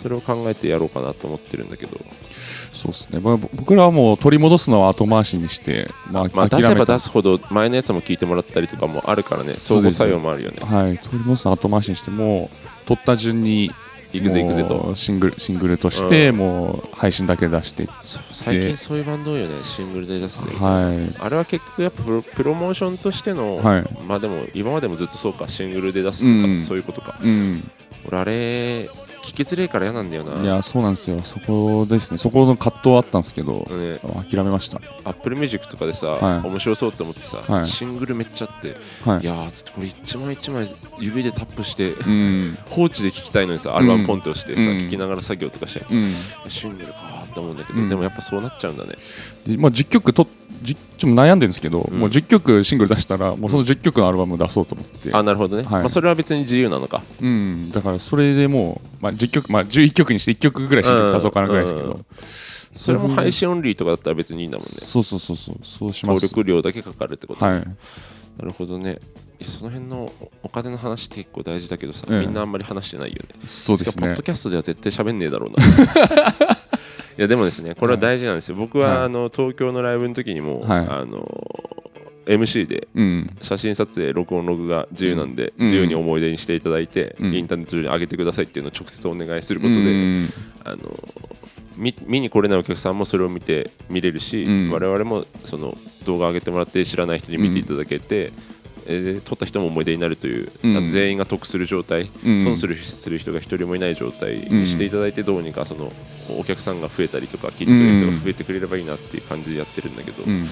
[SPEAKER 1] それを考えてやろうかなと思ってるんだけど
[SPEAKER 2] そうですね。まあぼ僕らはもう取り戻すのは後回しにして、まあ、
[SPEAKER 1] まあ、
[SPEAKER 2] 諦
[SPEAKER 1] 出
[SPEAKER 2] め
[SPEAKER 1] せば
[SPEAKER 2] た
[SPEAKER 1] 出すほど前のやつも聞いてもらったりとかもあるからね相互作用もあるよね
[SPEAKER 2] はい。取り戻すのは後回しにして、もう、取った順に、
[SPEAKER 1] いくぜいくぜ
[SPEAKER 2] も
[SPEAKER 1] と
[SPEAKER 2] うシングル、シングルとして、
[SPEAKER 1] う
[SPEAKER 2] もう、配信だけ出して、
[SPEAKER 1] そう最近そういうバンド多いよねシングルで出すね、
[SPEAKER 2] はい。
[SPEAKER 1] あれは結局やっぱプロプロモーションとしての、
[SPEAKER 2] はい
[SPEAKER 1] まあでも今までもずっとそうかシングルで出すとか、
[SPEAKER 2] うん
[SPEAKER 1] そういうことか
[SPEAKER 2] うん。
[SPEAKER 1] 俺あれ聞きづれえから嫌なんだよない
[SPEAKER 2] や、そうなんですよ。そこですね。そこの葛藤あったんですけど、
[SPEAKER 1] ね、
[SPEAKER 2] 諦めました。
[SPEAKER 1] アップルミュージックとかでさ、
[SPEAKER 2] はい
[SPEAKER 1] 面白そうって思ってさ、
[SPEAKER 2] はい
[SPEAKER 1] シングルめっちゃあって、、
[SPEAKER 2] はいい。
[SPEAKER 1] やーつってこれ一枚一枚指でタップして、
[SPEAKER 2] うん。
[SPEAKER 1] 放置で聞きたいのにさアルバムポンって押してさ、
[SPEAKER 2] うん
[SPEAKER 1] 聞きながら作業とかして、
[SPEAKER 2] うん。
[SPEAKER 1] シングルかーって思うんだけど、
[SPEAKER 2] うん
[SPEAKER 1] でもやっぱそうなっちゃうんだね
[SPEAKER 2] でまあ、10曲と10ちょっと悩んでるんですけど、
[SPEAKER 1] うん
[SPEAKER 2] もう10曲シングル出したらもうその10曲のアルバム出そうと思って、
[SPEAKER 1] あなるほどね、
[SPEAKER 2] はい
[SPEAKER 1] まあ、それは別に自由なのか
[SPEAKER 2] うん、だからそれでもう、まあ、10曲、まあ、11曲にして1曲ぐらい新曲出そうかなぐらいですけ
[SPEAKER 1] う
[SPEAKER 2] ど
[SPEAKER 1] ん、それも配信オンリーとかだったら別にいいんだもんね
[SPEAKER 2] そうそうそうそうそうしま
[SPEAKER 1] 登
[SPEAKER 2] す
[SPEAKER 1] 録料だけかかるってこと、
[SPEAKER 2] はい
[SPEAKER 1] なるほどねいやその辺のお金の話結構大事だけどさ、
[SPEAKER 2] ええ
[SPEAKER 1] みんなあんまり話してないよね
[SPEAKER 2] そうで
[SPEAKER 1] てか
[SPEAKER 2] す
[SPEAKER 1] ポッ
[SPEAKER 2] ね
[SPEAKER 1] ドキャストでは絶対喋んねえだろう
[SPEAKER 2] [laughs]
[SPEAKER 1] ないやでもですねこれは大事なんですよ僕は、
[SPEAKER 2] はい
[SPEAKER 1] あの東京のライブの時にも、
[SPEAKER 2] はい
[SPEAKER 1] あの MC で
[SPEAKER 2] うん
[SPEAKER 1] 写真撮影録音ログが自由なんで、
[SPEAKER 2] うん
[SPEAKER 1] 自由に思い出にしていただいて、
[SPEAKER 2] うん
[SPEAKER 1] インターネット上に上げてくださいっていうのを直接お願いする
[SPEAKER 2] う
[SPEAKER 1] ことで、
[SPEAKER 2] ん
[SPEAKER 1] あの見見に来れないお客さんもそれを見て見れるし、
[SPEAKER 2] うん
[SPEAKER 1] 我々もその動画上げてもらって知らない人に見ていただけて、えー撮った人も思い出になるという、
[SPEAKER 2] うん
[SPEAKER 1] あの全員が得する状態、
[SPEAKER 2] うん
[SPEAKER 1] 損するする人が一人もいない状態にしていただいてどうにかそのお客さんが増えたりとか聞いてくれる人が増えてくれればいいなっていう感じでやってるんだけど、
[SPEAKER 2] うん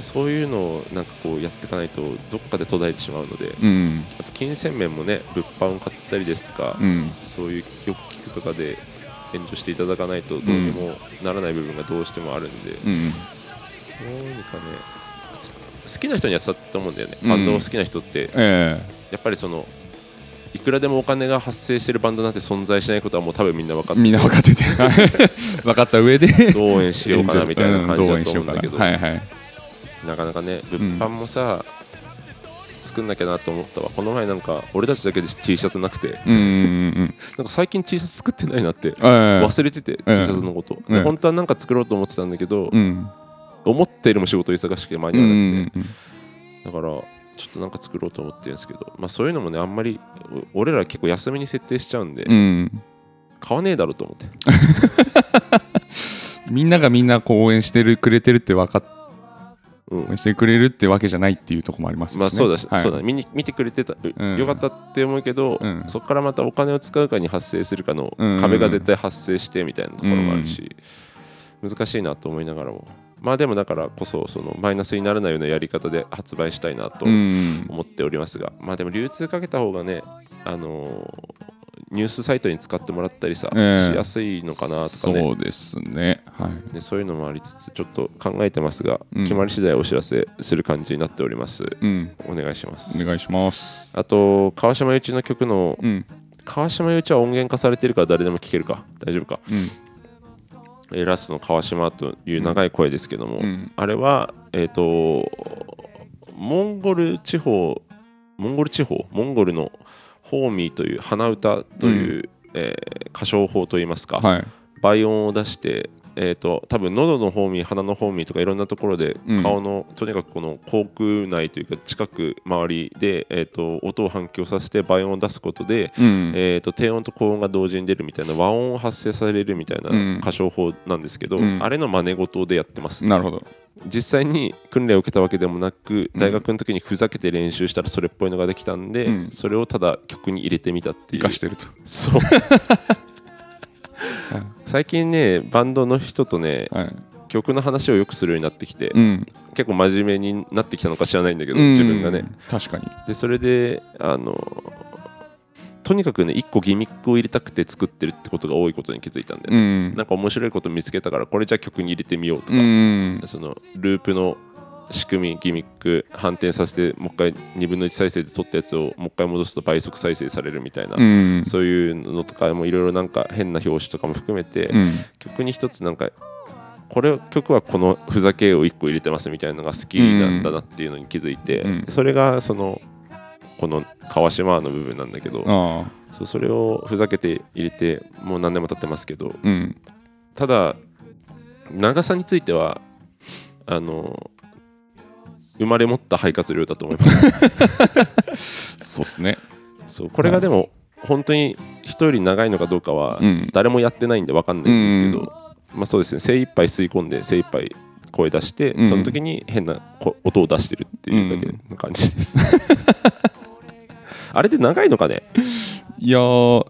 [SPEAKER 1] そういうのをなんかこうやっていかないとどっかで途絶えてしまうので、
[SPEAKER 2] うん
[SPEAKER 1] あと金銭面もね物販を買ったりですとか、
[SPEAKER 2] うん
[SPEAKER 1] そういうよく聞くとかで援助していただかないとどうにもならない部分がどうしてもあるんで、ど
[SPEAKER 2] うん
[SPEAKER 1] うにかねつ好きな人には伝わってると思うんだよね、
[SPEAKER 2] うん
[SPEAKER 1] バンドを好きな人って
[SPEAKER 2] え
[SPEAKER 1] やっぱりそのいくらでもお金が発生してるバンドなんて存在しないことはもう多分みんな分か
[SPEAKER 2] え
[SPEAKER 1] って
[SPEAKER 2] みんな分かってて [laughs] 分かった上で
[SPEAKER 1] どう応援しようかなみたいな感じ
[SPEAKER 2] うんどう
[SPEAKER 1] だ
[SPEAKER 2] 援
[SPEAKER 1] と
[SPEAKER 2] し
[SPEAKER 1] 思うだ
[SPEAKER 2] ようんかな
[SPEAKER 1] けど、
[SPEAKER 2] はいはい
[SPEAKER 1] なかなかね物
[SPEAKER 2] ん
[SPEAKER 1] 販もさ、作んなきゃなと思ったわこの前なんか俺たちだけで T シャツなくて
[SPEAKER 2] うんうんうん
[SPEAKER 1] なんか最近 T シャツ作ってないなって
[SPEAKER 2] 忘
[SPEAKER 1] 忘れてて、
[SPEAKER 2] うん
[SPEAKER 1] T シャツのこと、
[SPEAKER 2] うん
[SPEAKER 1] で本当は何か作ろうと思ってたんだけど、
[SPEAKER 2] うん
[SPEAKER 1] 思ったよりも仕事忙しくて間
[SPEAKER 2] う
[SPEAKER 1] に合わなくて、
[SPEAKER 2] ん
[SPEAKER 1] だからちょっとなんか作ろうと思ってるんですけど、まあ、そういうのもねあんまりお俺ら結構休みに設定しちゃうんで、
[SPEAKER 2] うん
[SPEAKER 1] 買わねえだろうと思って
[SPEAKER 2] みんながみんなこう応援してるくれてるって分かっ
[SPEAKER 1] う
[SPEAKER 2] 応
[SPEAKER 1] ん
[SPEAKER 2] 援してくれるってわけじゃないっていうところもありますしね
[SPEAKER 1] まあそうだし、
[SPEAKER 2] はい
[SPEAKER 1] そうだね見に見てくれてた、う
[SPEAKER 2] うん
[SPEAKER 1] よかったって思うけど、
[SPEAKER 2] うん
[SPEAKER 1] そこからまたお金を使うかに発生するかの
[SPEAKER 2] うん
[SPEAKER 1] 壁が絶対発生してみたいなところもあるし、難しいなと思いながらもまあでもだからこそそのマイナスにならないようなやり方で発売したいなと
[SPEAKER 2] うん
[SPEAKER 1] 思っておりますが、まあでも流通かけた方がね、あのーニュースサイトに使ってもらったりさ、
[SPEAKER 2] ええ
[SPEAKER 1] しやすいのかなとかね
[SPEAKER 2] そうですねはい
[SPEAKER 1] ねそういうのもありつつちょっと考えてますが、
[SPEAKER 2] うん
[SPEAKER 1] 決まり次第お知らせする感じになっております
[SPEAKER 2] うん
[SPEAKER 1] お願いします、
[SPEAKER 2] お願いします
[SPEAKER 1] あと川島由一の曲の
[SPEAKER 2] うん
[SPEAKER 1] 川島由一は音源化されてるから誰でも聴けるか大丈夫か
[SPEAKER 2] うん
[SPEAKER 1] えーラストの川島という長い声ですけども、
[SPEAKER 2] うん
[SPEAKER 1] あれはえっ、とモンゴル地方モンゴル地方モンゴルのホーミーという鼻歌という、えー歌唱法といいますか、
[SPEAKER 2] はい
[SPEAKER 1] 倍音を出して、えー、と多分喉の方ミー鼻の方ミーとかいろんなところで
[SPEAKER 2] うん
[SPEAKER 1] 顔の、とにかくこの口腔内というか近く周りで、えー、と音を反響させて倍音を出すことで、
[SPEAKER 2] うん
[SPEAKER 1] えー、と低音と高音が同時に出るみたいな和音を発生されるみたい
[SPEAKER 2] うん
[SPEAKER 1] な歌唱法なんですけど、
[SPEAKER 2] うん
[SPEAKER 1] あれの真似事でやってます、
[SPEAKER 2] なるほど
[SPEAKER 1] 実際に訓練を受けたわけでもなく
[SPEAKER 2] うん
[SPEAKER 1] 大学の時にふざけて練習したらそれっぽいのができたんで、
[SPEAKER 2] うん
[SPEAKER 1] それをただ曲に入れてみたってい
[SPEAKER 2] 生
[SPEAKER 1] う
[SPEAKER 2] かしてると [laughs]
[SPEAKER 1] そう最近ねバンドの人とね
[SPEAKER 2] はい
[SPEAKER 1] 曲の話をよくするようになってきて、
[SPEAKER 2] うん
[SPEAKER 1] 結構真面目になってきたのか知らないんだけど、
[SPEAKER 2] うん
[SPEAKER 1] 自分がね
[SPEAKER 2] 確かに
[SPEAKER 1] でそれであのとにかくね一個ギミックを入れたくて作ってるってことが多いことに気づいたんで、
[SPEAKER 2] うん
[SPEAKER 1] なんか面白いこと見つけたからこれじゃあ曲に入れてみようとか、
[SPEAKER 2] うん
[SPEAKER 1] そのループの仕組みギミック反転させてもう一回2分の1再生で撮ったやつをもう一回戻すと倍速再生されるみたいな、
[SPEAKER 2] うん
[SPEAKER 1] そういうのとかもいろいろなんか変な表紙とかも含めて、
[SPEAKER 2] うん
[SPEAKER 1] 曲に一つなんかこれ曲はこのふざけを1個入れてますみたいなのが好きなんだなっていうのに気づいて、
[SPEAKER 2] うん
[SPEAKER 1] それがそのこの川島の部分なんだけど
[SPEAKER 2] ああ
[SPEAKER 1] そうそれをふざけて入れてもう何年も経ってますけど
[SPEAKER 2] うん
[SPEAKER 1] ただ長さについてはあの生まれ持った肺活量だと思います
[SPEAKER 2] そうっすね
[SPEAKER 1] [laughs] そうこれがでも本当に人より長いのかどうかは
[SPEAKER 2] うん
[SPEAKER 1] 誰もやってないんで分かんないんですけど、
[SPEAKER 2] うん
[SPEAKER 1] まあそうですね精一杯吸い込んで精一杯声出して、
[SPEAKER 2] うん
[SPEAKER 1] その時に変なこ音を出してるっていうだけの感じです、 [laughs] あれで長いのかね
[SPEAKER 2] いやー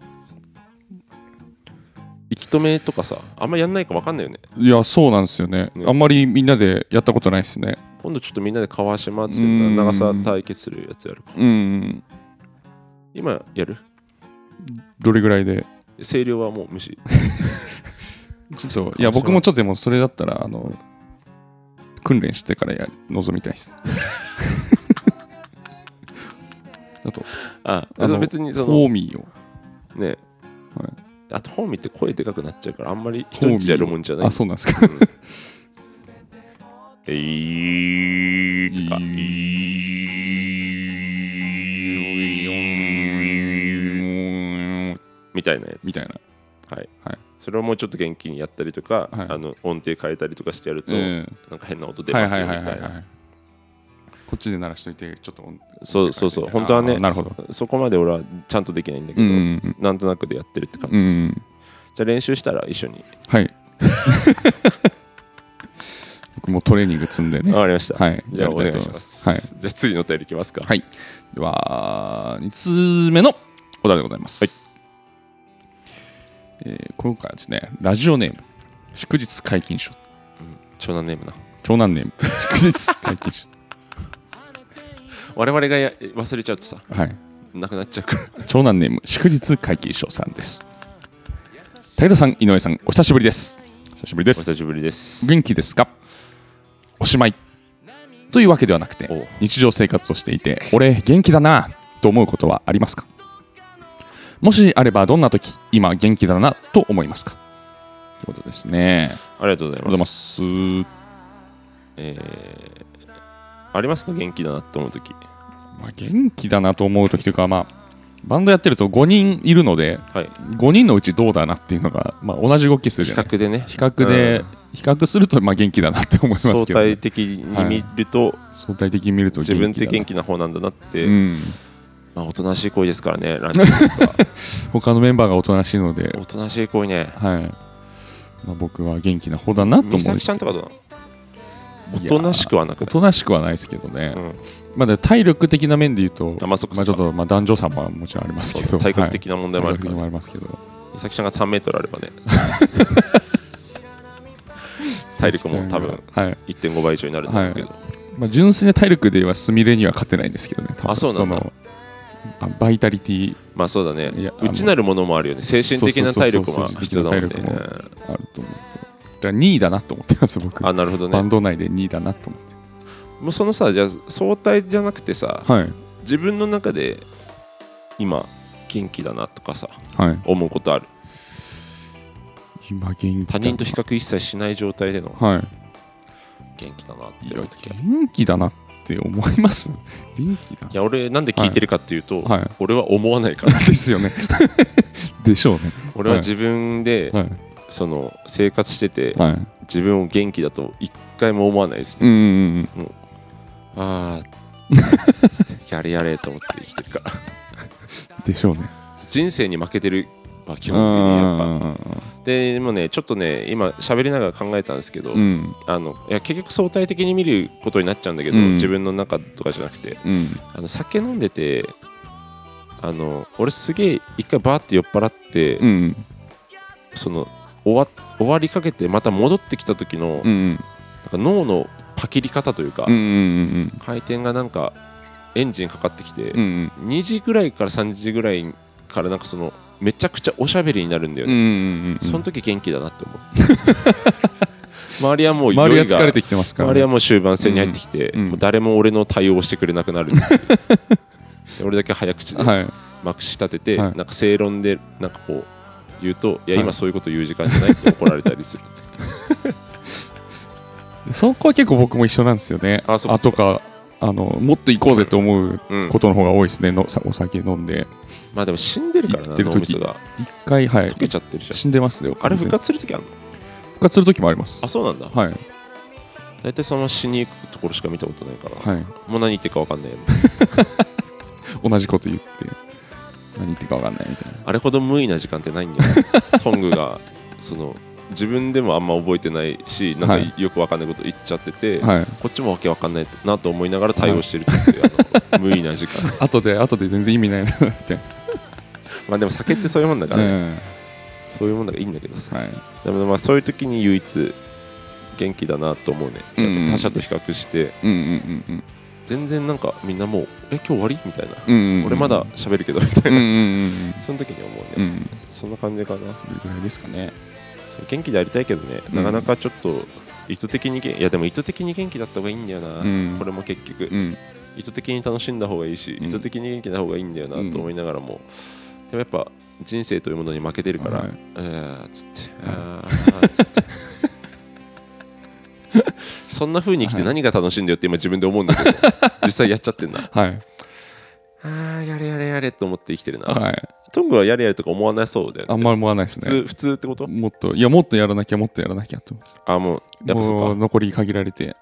[SPEAKER 1] 息止めとかさあんまやんないか分かんないよね
[SPEAKER 2] いやそうなんですよね
[SPEAKER 1] ね
[SPEAKER 2] あんまりみんなでやったことないですね
[SPEAKER 1] 今度ちょっとみんなで川島っつって
[SPEAKER 2] うん
[SPEAKER 1] 長さ対決するやつやるか
[SPEAKER 2] うん
[SPEAKER 1] 今やる
[SPEAKER 2] どれぐらいで
[SPEAKER 1] 声量はもう無視 [laughs]
[SPEAKER 2] ちょっといや僕もちょっとでもそれだったらあの訓練してからや臨みた
[SPEAKER 1] [laughs]
[SPEAKER 2] いですあと
[SPEAKER 1] あ
[SPEAKER 2] あの
[SPEAKER 1] 別にそ
[SPEAKER 2] ホ
[SPEAKER 1] の
[SPEAKER 2] ーミーを
[SPEAKER 1] ね、
[SPEAKER 2] はい
[SPEAKER 1] あとホーミーって声でかくなっちゃうからあんまり人んちやるもんじゃない
[SPEAKER 2] あそうなんですか
[SPEAKER 1] うん
[SPEAKER 2] [laughs]
[SPEAKER 1] えいーとか、
[SPEAKER 2] い
[SPEAKER 1] みたいなやつ。
[SPEAKER 2] みたいな
[SPEAKER 1] はい
[SPEAKER 2] はい
[SPEAKER 1] それをもうちょっと元気にやったりとか、
[SPEAKER 2] はい
[SPEAKER 1] あの音程変えたりとかしてやると、
[SPEAKER 2] うん
[SPEAKER 1] なんか変な音出
[SPEAKER 2] はい
[SPEAKER 1] ます
[SPEAKER 2] はい
[SPEAKER 1] よみ
[SPEAKER 2] は
[SPEAKER 1] た
[SPEAKER 2] い
[SPEAKER 1] い
[SPEAKER 2] はいは
[SPEAKER 1] な。
[SPEAKER 2] いここっちで鳴らしといてちょっと
[SPEAKER 1] そうそうそう本当は
[SPEAKER 2] あ
[SPEAKER 1] ね
[SPEAKER 2] ーなるほど
[SPEAKER 1] そそこまで俺はちゃんとできないんだけ
[SPEAKER 2] う
[SPEAKER 1] ど、
[SPEAKER 2] んうん
[SPEAKER 1] なんとなくでやってるって感
[SPEAKER 2] うんう
[SPEAKER 1] じ
[SPEAKER 2] ん
[SPEAKER 1] です、
[SPEAKER 2] うん
[SPEAKER 1] じゃあ練習したら一緒に
[SPEAKER 2] はい [laughs] 僕もトレーニング積んでね
[SPEAKER 1] わかりました
[SPEAKER 2] はい
[SPEAKER 1] じゃあお願い
[SPEAKER 2] やりたい
[SPEAKER 1] し
[SPEAKER 2] と思いま
[SPEAKER 1] ますす、
[SPEAKER 2] はい
[SPEAKER 1] じゃあ次のお便りいきますか
[SPEAKER 2] はい。では、2通目のお題でございます。
[SPEAKER 1] はい
[SPEAKER 2] えー今回はですね、ラジオネーム、祝日解禁書、
[SPEAKER 1] 長男ネームな
[SPEAKER 2] 長男ネーム、 [laughs] 祝日解禁書。
[SPEAKER 1] 我々がや忘れちゃうとさ
[SPEAKER 2] はい。
[SPEAKER 1] なくなっちゃうから
[SPEAKER 2] 長男ネーム、祝日解禁書さんです。武田さん、井上さん、お久しぶりです。お久しぶり
[SPEAKER 1] [laughs]
[SPEAKER 2] で
[SPEAKER 1] お
[SPEAKER 2] す。
[SPEAKER 1] 久しぶりです
[SPEAKER 2] 元気ですかおしまい。というわけではなくて、
[SPEAKER 1] おう
[SPEAKER 2] 日常生活をしていて俺元気だなと思うことはありますかもしあればどんな時今元気だなと思いますかということですね
[SPEAKER 1] ありがとうござい
[SPEAKER 2] ありがとうござい
[SPEAKER 1] ま
[SPEAKER 2] ますす
[SPEAKER 1] えーありますか元気だなって思う時
[SPEAKER 2] まあ、元気だなと思う時というかまあバンドやってると5人いるので
[SPEAKER 1] はい
[SPEAKER 2] 5人のうちどうだなっていうのが、まあ、同じ動きする
[SPEAKER 1] 比
[SPEAKER 2] じゃない
[SPEAKER 1] 較でね
[SPEAKER 2] 比較で、比較するとまあ元気だなって思いますけど
[SPEAKER 1] 相
[SPEAKER 2] ね、
[SPEAKER 1] 対的に見ると、
[SPEAKER 2] 相対的に見ると元気
[SPEAKER 1] 自
[SPEAKER 2] だな
[SPEAKER 1] 分って元気な方なんだなって、
[SPEAKER 2] うん、
[SPEAKER 1] まあ、おとなしい声ですから
[SPEAKER 2] [laughs]
[SPEAKER 1] ねランニングとか
[SPEAKER 2] 他のメンバーがおとなしいので
[SPEAKER 1] おとなしい声ね
[SPEAKER 2] はい。まあ、僕は元気な方だなと
[SPEAKER 1] 美
[SPEAKER 2] 思う
[SPEAKER 1] 咲ちゃんとかどうなのおとなしくはなく
[SPEAKER 2] お
[SPEAKER 1] ない
[SPEAKER 2] となしくはないですけどね、
[SPEAKER 1] うん
[SPEAKER 2] まあでも体力的な面で言うと、
[SPEAKER 1] あまあそっか
[SPEAKER 2] まあ、ちょっとまあ男女差ももちろんあります
[SPEAKER 1] そ
[SPEAKER 2] け
[SPEAKER 1] う
[SPEAKER 2] ど、
[SPEAKER 1] 体格的な問題もあ
[SPEAKER 2] はい
[SPEAKER 1] るから、ね
[SPEAKER 2] 体格的にもありますけど、
[SPEAKER 1] 美咲ちゃんが3メートルあればね体力も多分、
[SPEAKER 2] はい
[SPEAKER 1] 1.5倍以上になるんだろうけど、
[SPEAKER 2] まあ、純粋な体力ではスミレには勝てないんですけどね、多分
[SPEAKER 1] あそうなんだ
[SPEAKER 2] のあバイタリティ
[SPEAKER 1] まあそうだね
[SPEAKER 2] いやあの
[SPEAKER 1] 内なるものもあるよね精神的な体力も
[SPEAKER 2] そうそうそう
[SPEAKER 1] 必要だもん
[SPEAKER 2] 精神的な
[SPEAKER 1] ね
[SPEAKER 2] 体あると思うだから2位だなと思ってます、僕、
[SPEAKER 1] あなるほど
[SPEAKER 2] バン
[SPEAKER 1] ね
[SPEAKER 2] ド内で2位だなと思って。
[SPEAKER 1] もうそのさじゃあ相対じゃなくてさ
[SPEAKER 2] はい
[SPEAKER 1] 自分の中で今元気だなとかさ
[SPEAKER 2] はい、
[SPEAKER 1] 思うことある
[SPEAKER 2] 今元気だ
[SPEAKER 1] 他人と比較一切しない状態での
[SPEAKER 2] はい
[SPEAKER 1] 元気だなって
[SPEAKER 2] いや
[SPEAKER 1] 思う時はい
[SPEAKER 2] 元気だなって思います元気だな
[SPEAKER 1] や俺なんで聞いてるかっていうと、
[SPEAKER 2] はい
[SPEAKER 1] 俺は思わないから
[SPEAKER 2] ですよね [laughs] でしょうね
[SPEAKER 1] 俺は自分で、
[SPEAKER 2] はい
[SPEAKER 1] その生活してて、
[SPEAKER 2] はい
[SPEAKER 1] 自分を元気だと一回も思わないですね、
[SPEAKER 2] うんうんうん
[SPEAKER 1] ああ [laughs] やれやれと思って生きてるから
[SPEAKER 2] でしょうね
[SPEAKER 1] 人生に負けてるわ基
[SPEAKER 2] う
[SPEAKER 1] 本的にやっぱ
[SPEAKER 2] ん
[SPEAKER 1] でもねちょっとね今喋りながら考えたんですけど、
[SPEAKER 2] うん
[SPEAKER 1] あのいや結局相対的に見ることになっちゃうんだけど、
[SPEAKER 2] うん
[SPEAKER 1] 自分の中とかじゃなくて
[SPEAKER 2] うん
[SPEAKER 1] あの酒飲んでてあの俺すげえ一回バーって酔っ払って、
[SPEAKER 2] うん
[SPEAKER 1] その終わ終わりかけてまた戻ってきた時の、
[SPEAKER 2] うんうん
[SPEAKER 1] なんか脳のパキリ方というか、
[SPEAKER 2] うんうん
[SPEAKER 1] 回転がなんかエンジンかかってきて、
[SPEAKER 2] うんうん
[SPEAKER 1] 2時ぐらいから3時ぐらいからなんかそのめちゃくちゃおしゃべりになるんだよ
[SPEAKER 2] うんう
[SPEAKER 1] ね、
[SPEAKER 2] んうん
[SPEAKER 1] その時元気だなって思う [laughs] 周りはもう
[SPEAKER 2] 周りが
[SPEAKER 1] 酔い
[SPEAKER 2] 疲れてきてますから
[SPEAKER 1] 周りはもう終盤戦に入ってきて、
[SPEAKER 2] うんうん
[SPEAKER 1] もう誰も俺の対応してくれなくな
[SPEAKER 2] [laughs]
[SPEAKER 1] る俺だけ早口で
[SPEAKER 2] はい
[SPEAKER 1] まくし立てて、
[SPEAKER 2] はい
[SPEAKER 1] なんか正論でなんかこう言うといや
[SPEAKER 2] は
[SPEAKER 1] 今
[SPEAKER 2] い
[SPEAKER 1] そういうこと言う時間じゃないって怒られたり
[SPEAKER 2] [laughs]
[SPEAKER 1] する
[SPEAKER 2] そこは結構僕も一緒なんですよね
[SPEAKER 1] あそうか
[SPEAKER 2] とかあのもっと行こうぜと思う
[SPEAKER 1] うん
[SPEAKER 2] ことの方が多いですねのさお酒飲んで
[SPEAKER 1] まあでも死んでるから
[SPEAKER 2] 言っ
[SPEAKER 1] な
[SPEAKER 2] てる
[SPEAKER 1] 脳み
[SPEAKER 2] 時
[SPEAKER 1] そが
[SPEAKER 2] 一回はい
[SPEAKER 1] 溶けちゃってるじゃん
[SPEAKER 2] 死んでますよ
[SPEAKER 1] あれ
[SPEAKER 2] 完全
[SPEAKER 1] 復
[SPEAKER 2] に
[SPEAKER 1] 活する時あるの
[SPEAKER 2] 復活する時もあります
[SPEAKER 1] あそうなんだ
[SPEAKER 2] はい
[SPEAKER 1] 大体その死に行くところしか見たことないから、
[SPEAKER 2] はい
[SPEAKER 1] もう何言ってるか分かんないよ
[SPEAKER 2] 同じこと言って何言ってるか分かんないみたいな
[SPEAKER 1] あれほど無意な時間ってないんだ
[SPEAKER 2] [laughs]
[SPEAKER 1] よねトングがその自分でもあんま覚えてないしな
[SPEAKER 2] は
[SPEAKER 1] ん
[SPEAKER 2] い
[SPEAKER 1] かよく分かんないこと言っちゃってて、
[SPEAKER 2] はい
[SPEAKER 1] こっちもわけ分かんないなと思いながら対応してるっていう、あの無意な時
[SPEAKER 2] [laughs]
[SPEAKER 1] 間
[SPEAKER 2] 後で後で全然意味ないなって、
[SPEAKER 1] まあでも酒ってそういうもんだ
[SPEAKER 2] う
[SPEAKER 1] から、ね
[SPEAKER 2] ん
[SPEAKER 1] そういうもんだからいいんだけどさ
[SPEAKER 2] はい、
[SPEAKER 1] でもまあそういう時に唯一元気だなと思うね、
[SPEAKER 2] うんうん
[SPEAKER 1] やっぱ他者と比較して
[SPEAKER 2] うんうんうん
[SPEAKER 1] 全然なんかみんなもうえ今日終わりみたいな、
[SPEAKER 2] うんうんうん
[SPEAKER 1] 俺まだ喋るけどみた
[SPEAKER 2] う
[SPEAKER 1] い
[SPEAKER 2] ん
[SPEAKER 1] な、
[SPEAKER 2] うんうん
[SPEAKER 1] その時に思うね、
[SPEAKER 2] うんうん
[SPEAKER 1] そんな感じかな
[SPEAKER 2] どれぐらいですかね
[SPEAKER 1] そう元気でありたいけどね、
[SPEAKER 2] うん
[SPEAKER 1] なかなかちょっと意図的にげいやでも意図的に元気だった方がいいんだよな、
[SPEAKER 2] うん
[SPEAKER 1] これも結局、
[SPEAKER 2] うん
[SPEAKER 1] 意図的に楽しんだ方がいいし、
[SPEAKER 2] うん
[SPEAKER 1] 意図的に元気な方がいいんだよな
[SPEAKER 2] うん
[SPEAKER 1] と思いながらも、でもやっぱ人生というものに負けてるから、
[SPEAKER 2] はい
[SPEAKER 1] えーっつって、
[SPEAKER 2] はい
[SPEAKER 1] あーっつってそんな風に生きて何が楽しいんだよって今自分で思うんだけ
[SPEAKER 2] [laughs]
[SPEAKER 1] ど実際やっちゃってんな
[SPEAKER 2] はい
[SPEAKER 1] あーやれやれやれと思って生きてるな、
[SPEAKER 2] はい
[SPEAKER 1] トングはやれやれとか思わなそうだよね
[SPEAKER 2] あんまり思わないです
[SPEAKER 1] 普
[SPEAKER 2] ね
[SPEAKER 1] 通普通ってこと
[SPEAKER 2] もっといやもっとやらなきゃもっとやらなきゃと
[SPEAKER 1] あもうやっぱそう
[SPEAKER 2] も
[SPEAKER 1] か
[SPEAKER 2] う残り限られて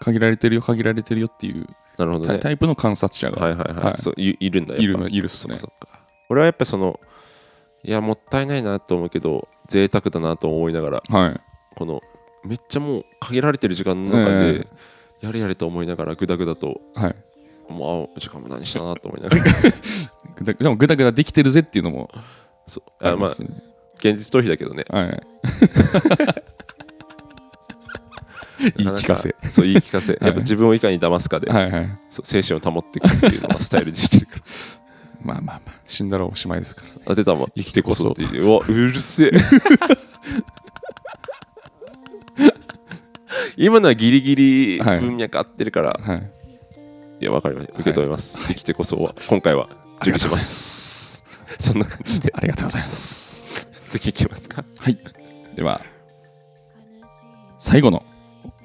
[SPEAKER 2] 限られてるよ限られてるよっていう
[SPEAKER 1] なるほど
[SPEAKER 2] タ
[SPEAKER 1] ね
[SPEAKER 2] イタイプの観察者が
[SPEAKER 1] はいはいはい、
[SPEAKER 2] はい
[SPEAKER 1] そういいるんだやっぱ
[SPEAKER 2] いるいるっすね
[SPEAKER 1] そっかそっか俺はやっぱそのいやもったいないなと思うけど贅沢だなと思いながら
[SPEAKER 2] はい
[SPEAKER 1] このめっちゃもう限られてる時間の中で、やれやれと思いながらグダグダと
[SPEAKER 2] はい
[SPEAKER 1] もうあ時間も何したなと思いな
[SPEAKER 2] [laughs]
[SPEAKER 1] がら
[SPEAKER 2] ぐだでもグダグダできてるぜっていうのも
[SPEAKER 1] そう
[SPEAKER 2] あ
[SPEAKER 1] あ
[SPEAKER 2] り
[SPEAKER 1] まあ
[SPEAKER 2] ますね
[SPEAKER 1] 現実逃避だけどね [laughs]
[SPEAKER 2] はい [laughs] 言い聞かせ
[SPEAKER 1] ななそう言い聞かせ、
[SPEAKER 2] い
[SPEAKER 1] やっぱ自分をいかに騙すかで、
[SPEAKER 2] はいはい
[SPEAKER 1] そう精神を保っていくっていう
[SPEAKER 2] [laughs]
[SPEAKER 1] のがスタイルにしてるから
[SPEAKER 2] まあまあまあ死んだらおしまいですから
[SPEAKER 1] あ出たもん生きてこそっていううわうる
[SPEAKER 2] [laughs]
[SPEAKER 1] せえ今のはギリギリ
[SPEAKER 2] はい
[SPEAKER 1] 文脈合ってるから、
[SPEAKER 2] はい
[SPEAKER 1] い、やわかりました受け止めます、生きてこそは今回は準備します
[SPEAKER 2] す
[SPEAKER 1] そんな感じで
[SPEAKER 2] ありがとうございます
[SPEAKER 1] [laughs] 次いきますか
[SPEAKER 2] はいでは最後の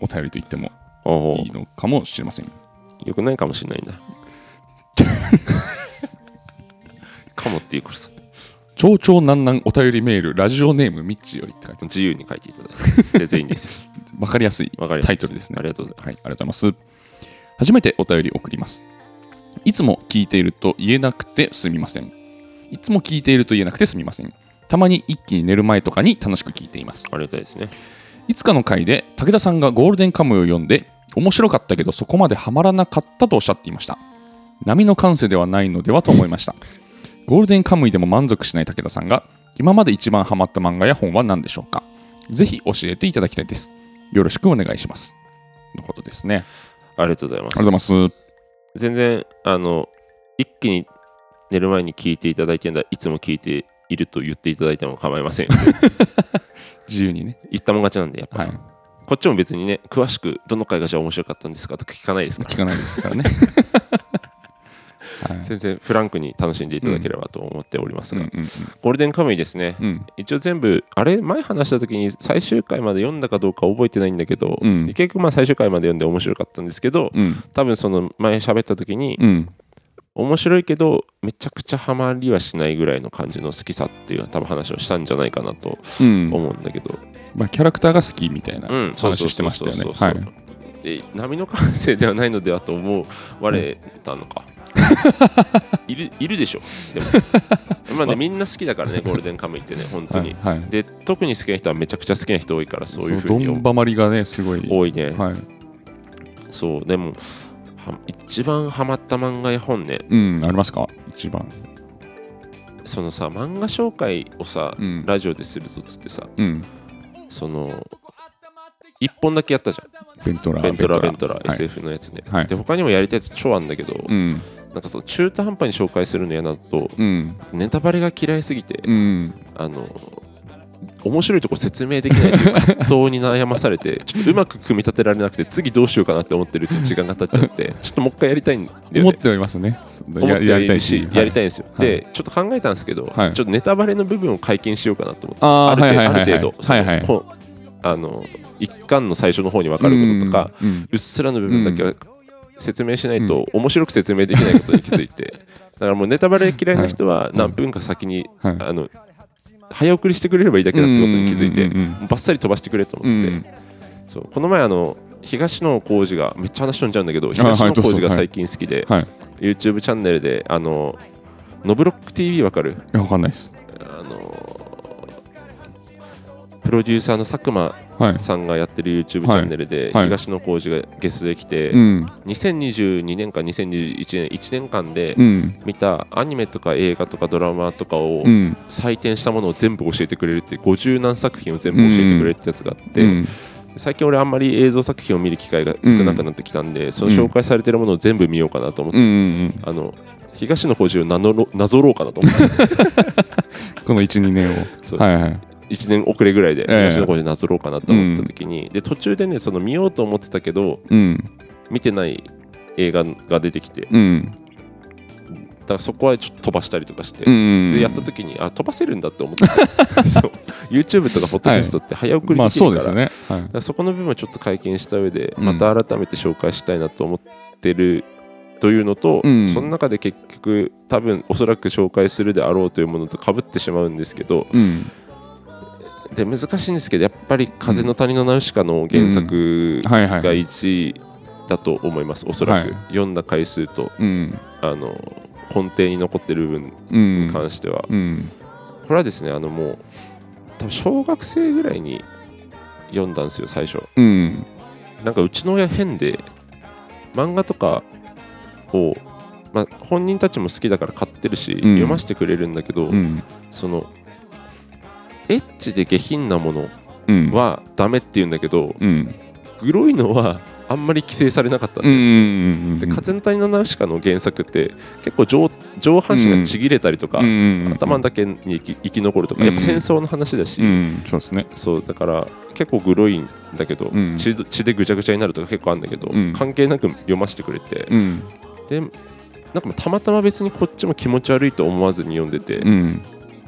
[SPEAKER 2] お便りと言っても
[SPEAKER 1] お
[SPEAKER 2] いいのかもしれません
[SPEAKER 1] よくないかもしれ [laughs] ないんだかもっていうことさ
[SPEAKER 2] 超々なんなんお便りメールラジオネームミッチよりって書いてあ
[SPEAKER 1] 自由に書いていただいてで全員です [laughs] よ
[SPEAKER 2] るわかりやすい
[SPEAKER 1] わかりやすい
[SPEAKER 2] タイトルですね
[SPEAKER 1] ありがとうござい
[SPEAKER 2] はい、ありがとうございます。初めてお便り送ります。いつも聞いていると言えなくてすみません。いつも聞いていると言えなくてすみません。たまに一気に寝る前とかに楽しく聞いています。
[SPEAKER 1] ありがたいですね
[SPEAKER 2] いつかの回で武田さんがゴールデンカムイを読んで面白かったけどそこまでハマらなかったとおっしゃっていました波の感性ではないのではと思いましたゴールデンカムイでも満足しない武田さんが今まで一番ハマった漫画や本は何でしょうかぜひ教えていただきたいですよろしくお願いしますのことですね
[SPEAKER 1] ありがとうございます
[SPEAKER 2] ありがとうございます
[SPEAKER 1] 全然あの一気に寝る前に聞いていただいてんだいつも聞いていると言っていただいても構いま [laughs] せん
[SPEAKER 2] 自由にね
[SPEAKER 1] 言ったもん勝ちなんでやっぱ、
[SPEAKER 2] はい
[SPEAKER 1] こっちも別にね詳しくどの回がじゃあ面白かったんですかとか聞かないですか
[SPEAKER 2] 聞
[SPEAKER 1] ら
[SPEAKER 2] かないです [laughs] からねはい
[SPEAKER 1] 全然フランクに楽しんでいただければと思っております
[SPEAKER 2] うん
[SPEAKER 1] が、
[SPEAKER 2] うん
[SPEAKER 1] ゴールデンカムイですね、
[SPEAKER 2] うん
[SPEAKER 1] 一応全部あれ前話した時に最終回まで読んだかどうか覚えてないんだけど、
[SPEAKER 2] うん
[SPEAKER 1] 結局まあ最終回まで読んで面白かったんですけど
[SPEAKER 2] うん
[SPEAKER 1] 多分その前喋った時に、
[SPEAKER 2] うん
[SPEAKER 1] 面白いけどめちゃくちゃハマりはしないぐらいの感じの好きさっていう多分話をしたんじゃないかなと
[SPEAKER 2] うん
[SPEAKER 1] 思うんだけど、
[SPEAKER 2] まあキャラクターが好きみたいな
[SPEAKER 1] うんそうそうそうそう
[SPEAKER 2] 話してましたよね
[SPEAKER 1] そうそう
[SPEAKER 2] は
[SPEAKER 1] そ
[SPEAKER 2] いう
[SPEAKER 1] で波の感性ではないのではと思われたの [laughs] か、いるいるでしょで [laughs] もまあねみんな好きだからねゴールデンカムイってね本当に、
[SPEAKER 2] はいはい、
[SPEAKER 1] で特に好きな人はめちゃくちゃ好きな人多いからそういうふ
[SPEAKER 2] ど
[SPEAKER 1] うに
[SPEAKER 2] んばまりがねすごい
[SPEAKER 1] 多いね、
[SPEAKER 2] はい
[SPEAKER 1] そうでもは一番ハマった漫画や本ね
[SPEAKER 2] うんありますか一番
[SPEAKER 1] そのさ漫画紹介をさ、
[SPEAKER 2] うん
[SPEAKER 1] ラジオでするぞっつってさ
[SPEAKER 2] うん
[SPEAKER 1] その1本だけやったじ
[SPEAKER 2] ベント
[SPEAKER 1] ゃ
[SPEAKER 2] ラ
[SPEAKER 1] んベントラベントラ
[SPEAKER 2] はい
[SPEAKER 1] SF のやつね、
[SPEAKER 2] はい
[SPEAKER 1] で他にもやりたいやつ超あんだけど、
[SPEAKER 2] うん
[SPEAKER 1] なんかその中途半端に紹介するの嫌だと
[SPEAKER 2] うん
[SPEAKER 1] ネタバレが嫌いすぎて、
[SPEAKER 2] うん
[SPEAKER 1] あの面白いとこ説明できないという葛藤に [laughs] 悩まされてちょっとうまく組み立てられなくて次どうしようかなって思ってるうちに時間が経っちゃってちょっともう一回やりたいんだよ
[SPEAKER 2] 思っ
[SPEAKER 1] ね
[SPEAKER 2] てはいますね
[SPEAKER 1] 思って
[SPEAKER 2] や
[SPEAKER 1] は
[SPEAKER 2] り
[SPEAKER 1] い
[SPEAKER 2] た
[SPEAKER 1] る
[SPEAKER 2] いし
[SPEAKER 1] しやり
[SPEAKER 2] い
[SPEAKER 1] たいんですよ、
[SPEAKER 2] はい
[SPEAKER 1] でちょっと考えたんですけど、
[SPEAKER 2] はい
[SPEAKER 1] ちょっとネタバレの部分を解禁しようかなと思って
[SPEAKER 2] あ
[SPEAKER 1] あ
[SPEAKER 2] あ
[SPEAKER 1] る
[SPEAKER 2] は
[SPEAKER 1] 程度
[SPEAKER 2] いはいはい
[SPEAKER 1] ある程度そ
[SPEAKER 2] は
[SPEAKER 1] の
[SPEAKER 2] いはい
[SPEAKER 1] こうあの一巻の最初の方に分かることとか、
[SPEAKER 2] うんうん
[SPEAKER 1] うっすらの部分だけは説明しないと面白く説明できないことに気づい
[SPEAKER 2] [laughs]
[SPEAKER 1] て、だからもうネタバレ嫌いな人は何分か先に、
[SPEAKER 2] はい
[SPEAKER 1] あの早送りしてくれればいいだけだってことに気づいて、
[SPEAKER 2] うんうんうん
[SPEAKER 1] バッサリ飛ばしてくれと
[SPEAKER 2] う
[SPEAKER 1] 思って、
[SPEAKER 2] ん
[SPEAKER 1] そうこの前あの東野浩二がめっちゃ話飛んじゃうんだけど東野
[SPEAKER 2] どうぞ
[SPEAKER 1] 浩二が
[SPEAKER 2] はい
[SPEAKER 1] 最近好きで、
[SPEAKER 2] はい
[SPEAKER 1] YouTube チャンネルであのノブロック TV わかる
[SPEAKER 2] いやわかんないです
[SPEAKER 1] あのプロデューサーの佐久間
[SPEAKER 2] はい
[SPEAKER 1] さんがやってる YouTube チャンネルで、
[SPEAKER 2] はい
[SPEAKER 1] 東野浩二がゲストで来て、
[SPEAKER 2] うん
[SPEAKER 1] 2022年間2021年1年間で
[SPEAKER 2] うん
[SPEAKER 1] 見たアニメとか映画とかドラマとかを
[SPEAKER 2] うん
[SPEAKER 1] 採点したものを全部教えてくれるって50何作品を全部教えてくれるってやつがあって、
[SPEAKER 2] うん
[SPEAKER 1] 最近俺あんまり映像作品を見る機会が少なくなってきたんで、その紹介されてるものを全部見ようかなと思っ
[SPEAKER 2] う
[SPEAKER 1] て、
[SPEAKER 2] んうん
[SPEAKER 1] あの東野幸治を名乗ろなぞろうかなと思
[SPEAKER 2] [laughs]
[SPEAKER 1] って
[SPEAKER 2] この12年
[SPEAKER 1] そ
[SPEAKER 2] を
[SPEAKER 1] う
[SPEAKER 2] はいはい
[SPEAKER 1] 1年遅れぐらいで
[SPEAKER 2] ええ
[SPEAKER 1] 東野幸治をなぞろうかなと思った時に、で途中でねその見ようと思ってたけど
[SPEAKER 2] うん
[SPEAKER 1] 見てない映画が出てきてだ
[SPEAKER 2] うん
[SPEAKER 1] からそこはちょっと飛ばしたりとかして
[SPEAKER 2] う、ん
[SPEAKER 1] でやった時にあ飛ばせるんだって思って
[SPEAKER 2] [laughs]
[SPEAKER 1] そう YouTube とかポッドキャストって早送りできるから、
[SPEAKER 2] まあそうですよ
[SPEAKER 1] だ
[SPEAKER 2] ねはい
[SPEAKER 1] からそこの部分をちょっと解禁した上で、
[SPEAKER 2] うん
[SPEAKER 1] また改めて紹介したいなと思ってるというのと、
[SPEAKER 2] うん
[SPEAKER 1] その中で結局多分おそらく紹介するであろうというものとかぶってしまうんですけど
[SPEAKER 2] うん
[SPEAKER 1] で難しいんですけどやっぱり「風の谷のナウシカ」の原作
[SPEAKER 2] はいは
[SPEAKER 1] が
[SPEAKER 2] い
[SPEAKER 1] 1位だと思いますおそらく、
[SPEAKER 2] はい
[SPEAKER 1] 読んだ回数と
[SPEAKER 2] うん
[SPEAKER 1] あの根底に残ってる部分
[SPEAKER 2] う
[SPEAKER 1] に
[SPEAKER 2] ん
[SPEAKER 1] 関しては、
[SPEAKER 2] うん
[SPEAKER 1] これはですねあのもう多分小学生ぐらいに読んだんですよ最初
[SPEAKER 2] うん
[SPEAKER 1] なんかうちの親変で漫画とかを、まあ、本人たちも好きだから買ってるし、読ませてくれるんだけど、
[SPEAKER 2] うん
[SPEAKER 1] そのエッチで下品なもの
[SPEAKER 2] うん
[SPEAKER 1] はダメって言うんだけど、
[SPEAKER 2] うん
[SPEAKER 1] グロいのはあんまり規制されなかったん
[SPEAKER 2] う
[SPEAKER 1] だよ
[SPEAKER 2] ん
[SPEAKER 1] で「風の谷のナウシカ」の原作って結構上上半身がちぎれたりとか、
[SPEAKER 2] うん
[SPEAKER 1] 頭だけに生き生き残るとか、
[SPEAKER 2] うん
[SPEAKER 1] やっぱ戦争の話だし、
[SPEAKER 2] うんそうですね
[SPEAKER 1] そうだから結構グロいんだけど、
[SPEAKER 2] うん
[SPEAKER 1] 血血でぐちゃぐちゃになるとか結構あるんだけど、
[SPEAKER 2] うん
[SPEAKER 1] 関係なく読ませてくれて、
[SPEAKER 2] うん
[SPEAKER 1] でなんかたまたま別にこっちも気持ち悪いと思わずに読んでて、
[SPEAKER 2] うん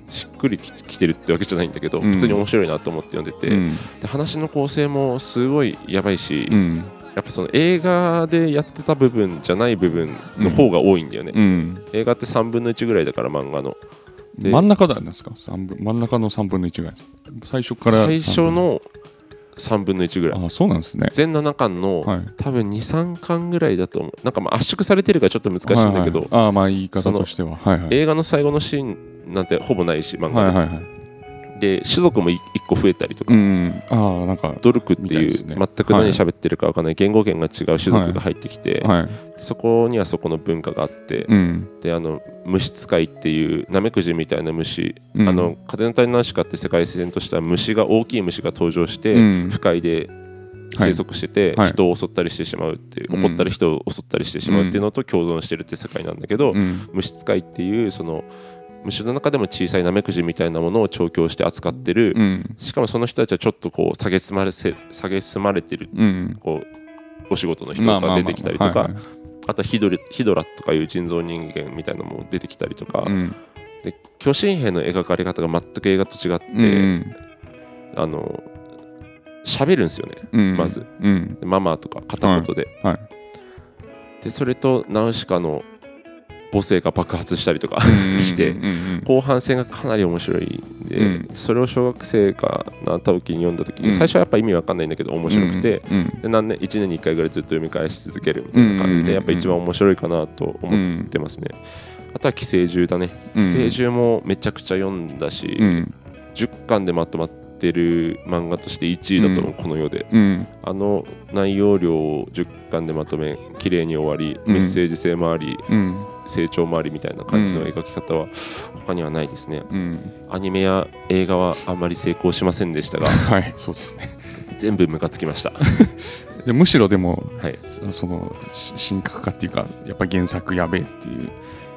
[SPEAKER 1] しっくりききてるってわけじゃないんだけど、
[SPEAKER 2] うん
[SPEAKER 1] 普通に面白いなと思って読んでて、
[SPEAKER 2] うん
[SPEAKER 1] で話の構成もすごいやばいし、
[SPEAKER 2] うん
[SPEAKER 1] やっぱその映画でやってた部分じゃない部分の方が多いんだよね、
[SPEAKER 2] うん
[SPEAKER 1] 映画って3分の1ぐらいだから漫画ので
[SPEAKER 2] 真ん中だんですか三分真ん中の3分の1ぐらい最初から
[SPEAKER 1] 最初の3分の1ぐらい
[SPEAKER 2] あそうなんですね
[SPEAKER 1] 全7巻の、
[SPEAKER 2] はい
[SPEAKER 1] 多分23巻ぐらいだと思うなんかまあ圧縮されてるからちょっと難しいんだけど、
[SPEAKER 2] はいはいあまあ言い方としてははいはい
[SPEAKER 1] 映画の最後のシーンなんてほぼないし漫画
[SPEAKER 2] はい
[SPEAKER 1] で,、
[SPEAKER 2] はいはい
[SPEAKER 1] 種族も1個増えたりとか、
[SPEAKER 2] うんああなんかは
[SPEAKER 1] ドルクって
[SPEAKER 2] みたい
[SPEAKER 1] い
[SPEAKER 2] で
[SPEAKER 1] う
[SPEAKER 2] すね
[SPEAKER 1] 全く何喋ってるか分かんない言語圏が違う種族が入ってきて、
[SPEAKER 2] い
[SPEAKER 1] そこにはそこの文化があって、
[SPEAKER 2] うん
[SPEAKER 1] であの虫使いっていうナメクジみたいな虫、
[SPEAKER 2] うん
[SPEAKER 1] あの風の谷のナウシカって世界線としては虫が大きい虫が登場して、
[SPEAKER 2] うん
[SPEAKER 1] 不快で生息してて、
[SPEAKER 2] はい
[SPEAKER 1] 人を襲ったりしてしまうっていう、
[SPEAKER 2] うん
[SPEAKER 1] 怒ったり人を襲ったりしてしまうっていうのと共存してるって世界なんだけど、
[SPEAKER 2] うん
[SPEAKER 1] 虫使いっていうその虫の中でも小さいナメクジみたいなものを調教して扱ってる、
[SPEAKER 2] うん
[SPEAKER 1] しかもその人たちはちょっとこう下げすまれせ下げすまれてる
[SPEAKER 2] うん
[SPEAKER 1] こうお仕事の人
[SPEAKER 2] まあまあ
[SPEAKER 1] が
[SPEAKER 2] まあ
[SPEAKER 1] 出てきたりと
[SPEAKER 2] はいは
[SPEAKER 1] か
[SPEAKER 2] い
[SPEAKER 1] あとヒドリヒドラとかいう人造人間みたいなのも出てきたりとか、
[SPEAKER 2] うん
[SPEAKER 1] で巨神兵の描かれ方が全く映画と違って、
[SPEAKER 2] うん
[SPEAKER 1] あの喋るんですよね
[SPEAKER 2] うん
[SPEAKER 1] まず
[SPEAKER 2] うん
[SPEAKER 1] でママとか片言で、
[SPEAKER 2] はいは
[SPEAKER 1] でそれとナウシカの母性が爆発したりとかして、
[SPEAKER 2] うんうん
[SPEAKER 1] 後半戦がかなり面白いんで、
[SPEAKER 2] うん
[SPEAKER 1] それを小学生がなった時に読んだ時に、
[SPEAKER 2] うん
[SPEAKER 1] 最初はやっぱ意味わかんないんだけど面白くて、
[SPEAKER 2] うん
[SPEAKER 1] で何年1年に1回ぐらいずっと読み返し続けるみたいな感じで、
[SPEAKER 2] うん
[SPEAKER 1] やっぱ一番面白いかなと
[SPEAKER 2] う
[SPEAKER 1] 思っ
[SPEAKER 2] ん
[SPEAKER 1] てますね、あとは寄生獣だね
[SPEAKER 2] うん
[SPEAKER 1] 寄生獣もめちゃくちゃ読んだし、
[SPEAKER 2] うん
[SPEAKER 1] 10巻でまとまってる漫画として1位だと思う、この世で
[SPEAKER 2] うん
[SPEAKER 1] あの内容量を10巻でまとめ綺麗に終わり
[SPEAKER 2] うん
[SPEAKER 1] メッセージ性もあり、
[SPEAKER 2] うん
[SPEAKER 1] 成長もありみたいな感じの描き方は他にはないですね
[SPEAKER 2] うん
[SPEAKER 1] アニメや映画はあんまり成功しませんで
[SPEAKER 2] [laughs]
[SPEAKER 1] したが
[SPEAKER 2] はいそうですね
[SPEAKER 1] 全部ムカつきました
[SPEAKER 2] でむしろでも
[SPEAKER 1] はい
[SPEAKER 2] そのし神格化っていうかやっぱ原作やべえっていう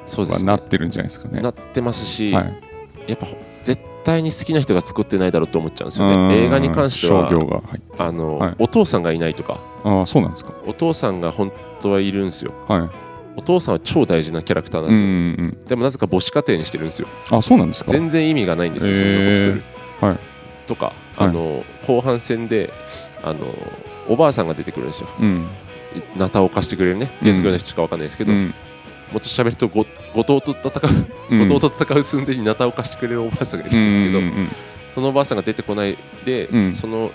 [SPEAKER 1] そうで
[SPEAKER 2] は
[SPEAKER 1] す
[SPEAKER 2] な
[SPEAKER 1] ね
[SPEAKER 2] ってるんじゃないですかね
[SPEAKER 1] なってますし、
[SPEAKER 2] はい
[SPEAKER 1] やっぱ絶対に好きな人が作ってないだろうと思っちゃうんですよ
[SPEAKER 2] うん
[SPEAKER 1] ね映画に関しては
[SPEAKER 2] 商業がはい
[SPEAKER 1] あの、
[SPEAKER 2] はい
[SPEAKER 1] お父さんがいないとか
[SPEAKER 2] ああそうなんですか
[SPEAKER 1] お父さんが本当はいるんですよ
[SPEAKER 2] は
[SPEAKER 1] お父さんは超大事なキャラクターないんで
[SPEAKER 2] うん
[SPEAKER 1] すよ、
[SPEAKER 2] うんうん
[SPEAKER 1] でもなぜか母子家庭にしてるんですよ
[SPEAKER 2] あそうなんですか
[SPEAKER 1] 全然意味がないんですよ、そんなことする、
[SPEAKER 2] はい
[SPEAKER 1] とか
[SPEAKER 2] はい
[SPEAKER 1] あの、後半戦であのおばあさんが出てくるんですよ
[SPEAKER 2] うん
[SPEAKER 1] ナタを貸してくれるね原作の人しかわかんないですけど、
[SPEAKER 2] うん
[SPEAKER 1] もっと喋るとご後藤と戦う、
[SPEAKER 2] うん
[SPEAKER 1] 後藤と戦う寸前にナタを貸してくれるおばあさんがいるんですけど、
[SPEAKER 2] うんうん
[SPEAKER 1] そのおばあさんが出てこないで、
[SPEAKER 2] うん
[SPEAKER 1] その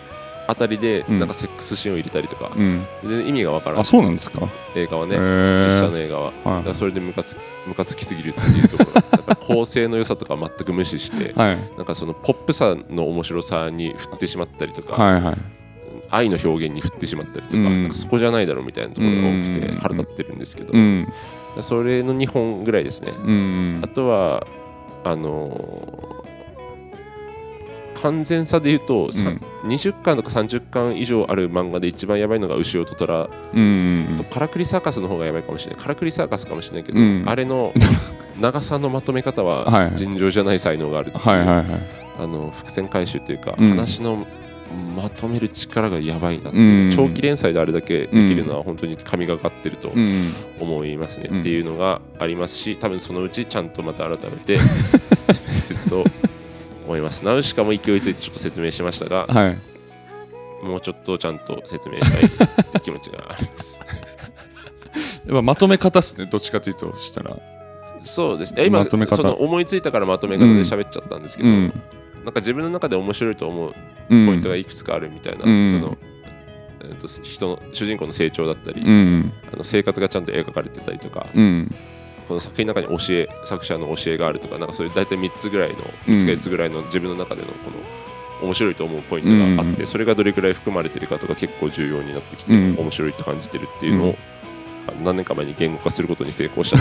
[SPEAKER 1] 辺りで
[SPEAKER 2] うん
[SPEAKER 1] なんかセックスシーンを入れたりとか
[SPEAKER 2] う、ん
[SPEAKER 1] 全然意味がわか
[SPEAKER 2] うん
[SPEAKER 1] らん
[SPEAKER 2] あそうなんですか
[SPEAKER 1] 映画はね、
[SPEAKER 2] へ
[SPEAKER 1] 実写
[SPEAKER 2] ー
[SPEAKER 1] の映画は、だ
[SPEAKER 2] は
[SPEAKER 1] からそれでムカつムカつきすぎるっていう
[SPEAKER 2] [laughs]
[SPEAKER 1] ところだから構成の良さとか全く無視して
[SPEAKER 2] いはい
[SPEAKER 1] なんかそのポップさの面白さに振ってしまったりとか、
[SPEAKER 2] はいはい
[SPEAKER 1] 愛の表現に振ってしまったりとか,、
[SPEAKER 2] うん
[SPEAKER 1] なんかそこじゃないだろうみたいなところが多くて
[SPEAKER 2] うん
[SPEAKER 1] 腹立ってるんですけど、
[SPEAKER 2] う
[SPEAKER 1] だか
[SPEAKER 2] ん
[SPEAKER 1] らそれの2本ぐらいですね、
[SPEAKER 2] うん
[SPEAKER 1] あとはあのー完全さで言うと、さ
[SPEAKER 2] うん
[SPEAKER 1] 20巻とか30巻以上ある漫画で一番やばいのが「牛尾と虎」
[SPEAKER 2] うん
[SPEAKER 1] と「からくりサーカス」の方がやばいかもしれないからくりサーカスかもしれないけど、
[SPEAKER 2] うん
[SPEAKER 1] あれの長さのまとめ方
[SPEAKER 2] は
[SPEAKER 1] はい尋常じゃない才能があるっていう
[SPEAKER 2] はいはいはい
[SPEAKER 1] あの伏線回収というか、
[SPEAKER 2] うん
[SPEAKER 1] 話のまとめる力がやばいなって
[SPEAKER 2] う
[SPEAKER 1] い
[SPEAKER 2] ん
[SPEAKER 1] う、長期連載であれだけできるのは本当に神がかってると
[SPEAKER 2] うん
[SPEAKER 1] 思いますね、
[SPEAKER 2] うん
[SPEAKER 1] っていうのがありますし多分そのうちちゃんとまた改め
[SPEAKER 2] [laughs]
[SPEAKER 1] て説明すると思いますナウシカも勢いついてちょっと説明しましたが
[SPEAKER 2] はい
[SPEAKER 1] もうちょっとちゃんと説明したいって気持ちがあります
[SPEAKER 2] [laughs] やっぱまとめ方っすねどっちかというとしたら
[SPEAKER 1] そうですね今、
[SPEAKER 2] まとめ方
[SPEAKER 1] その思いついたからまとめ方で喋っちゃったんですけ
[SPEAKER 2] う
[SPEAKER 1] ど、
[SPEAKER 2] ん
[SPEAKER 1] なんか自分の中で面白いと思う
[SPEAKER 2] ポ
[SPEAKER 1] ポイントがいくつかあるみたいな、
[SPEAKER 2] うん
[SPEAKER 1] そのえー、と人の主人公の成長だったり、
[SPEAKER 2] うん
[SPEAKER 1] あの生活がちゃんと描かれてたりとか、
[SPEAKER 2] うん
[SPEAKER 1] この作品の中に教え作者の教えがあるとかなんかそういう大体3つぐらいの3つか4つぐらいの自分の中でのこの面白いと思うポイントがあって、
[SPEAKER 2] うん
[SPEAKER 1] それがどれくらい含まれてるかとか結構重要になってきて、
[SPEAKER 2] うん
[SPEAKER 1] 面白いと感じてるっていうのを、
[SPEAKER 2] うん
[SPEAKER 1] あの何年か前に言語化することに成
[SPEAKER 2] [laughs]
[SPEAKER 1] 功した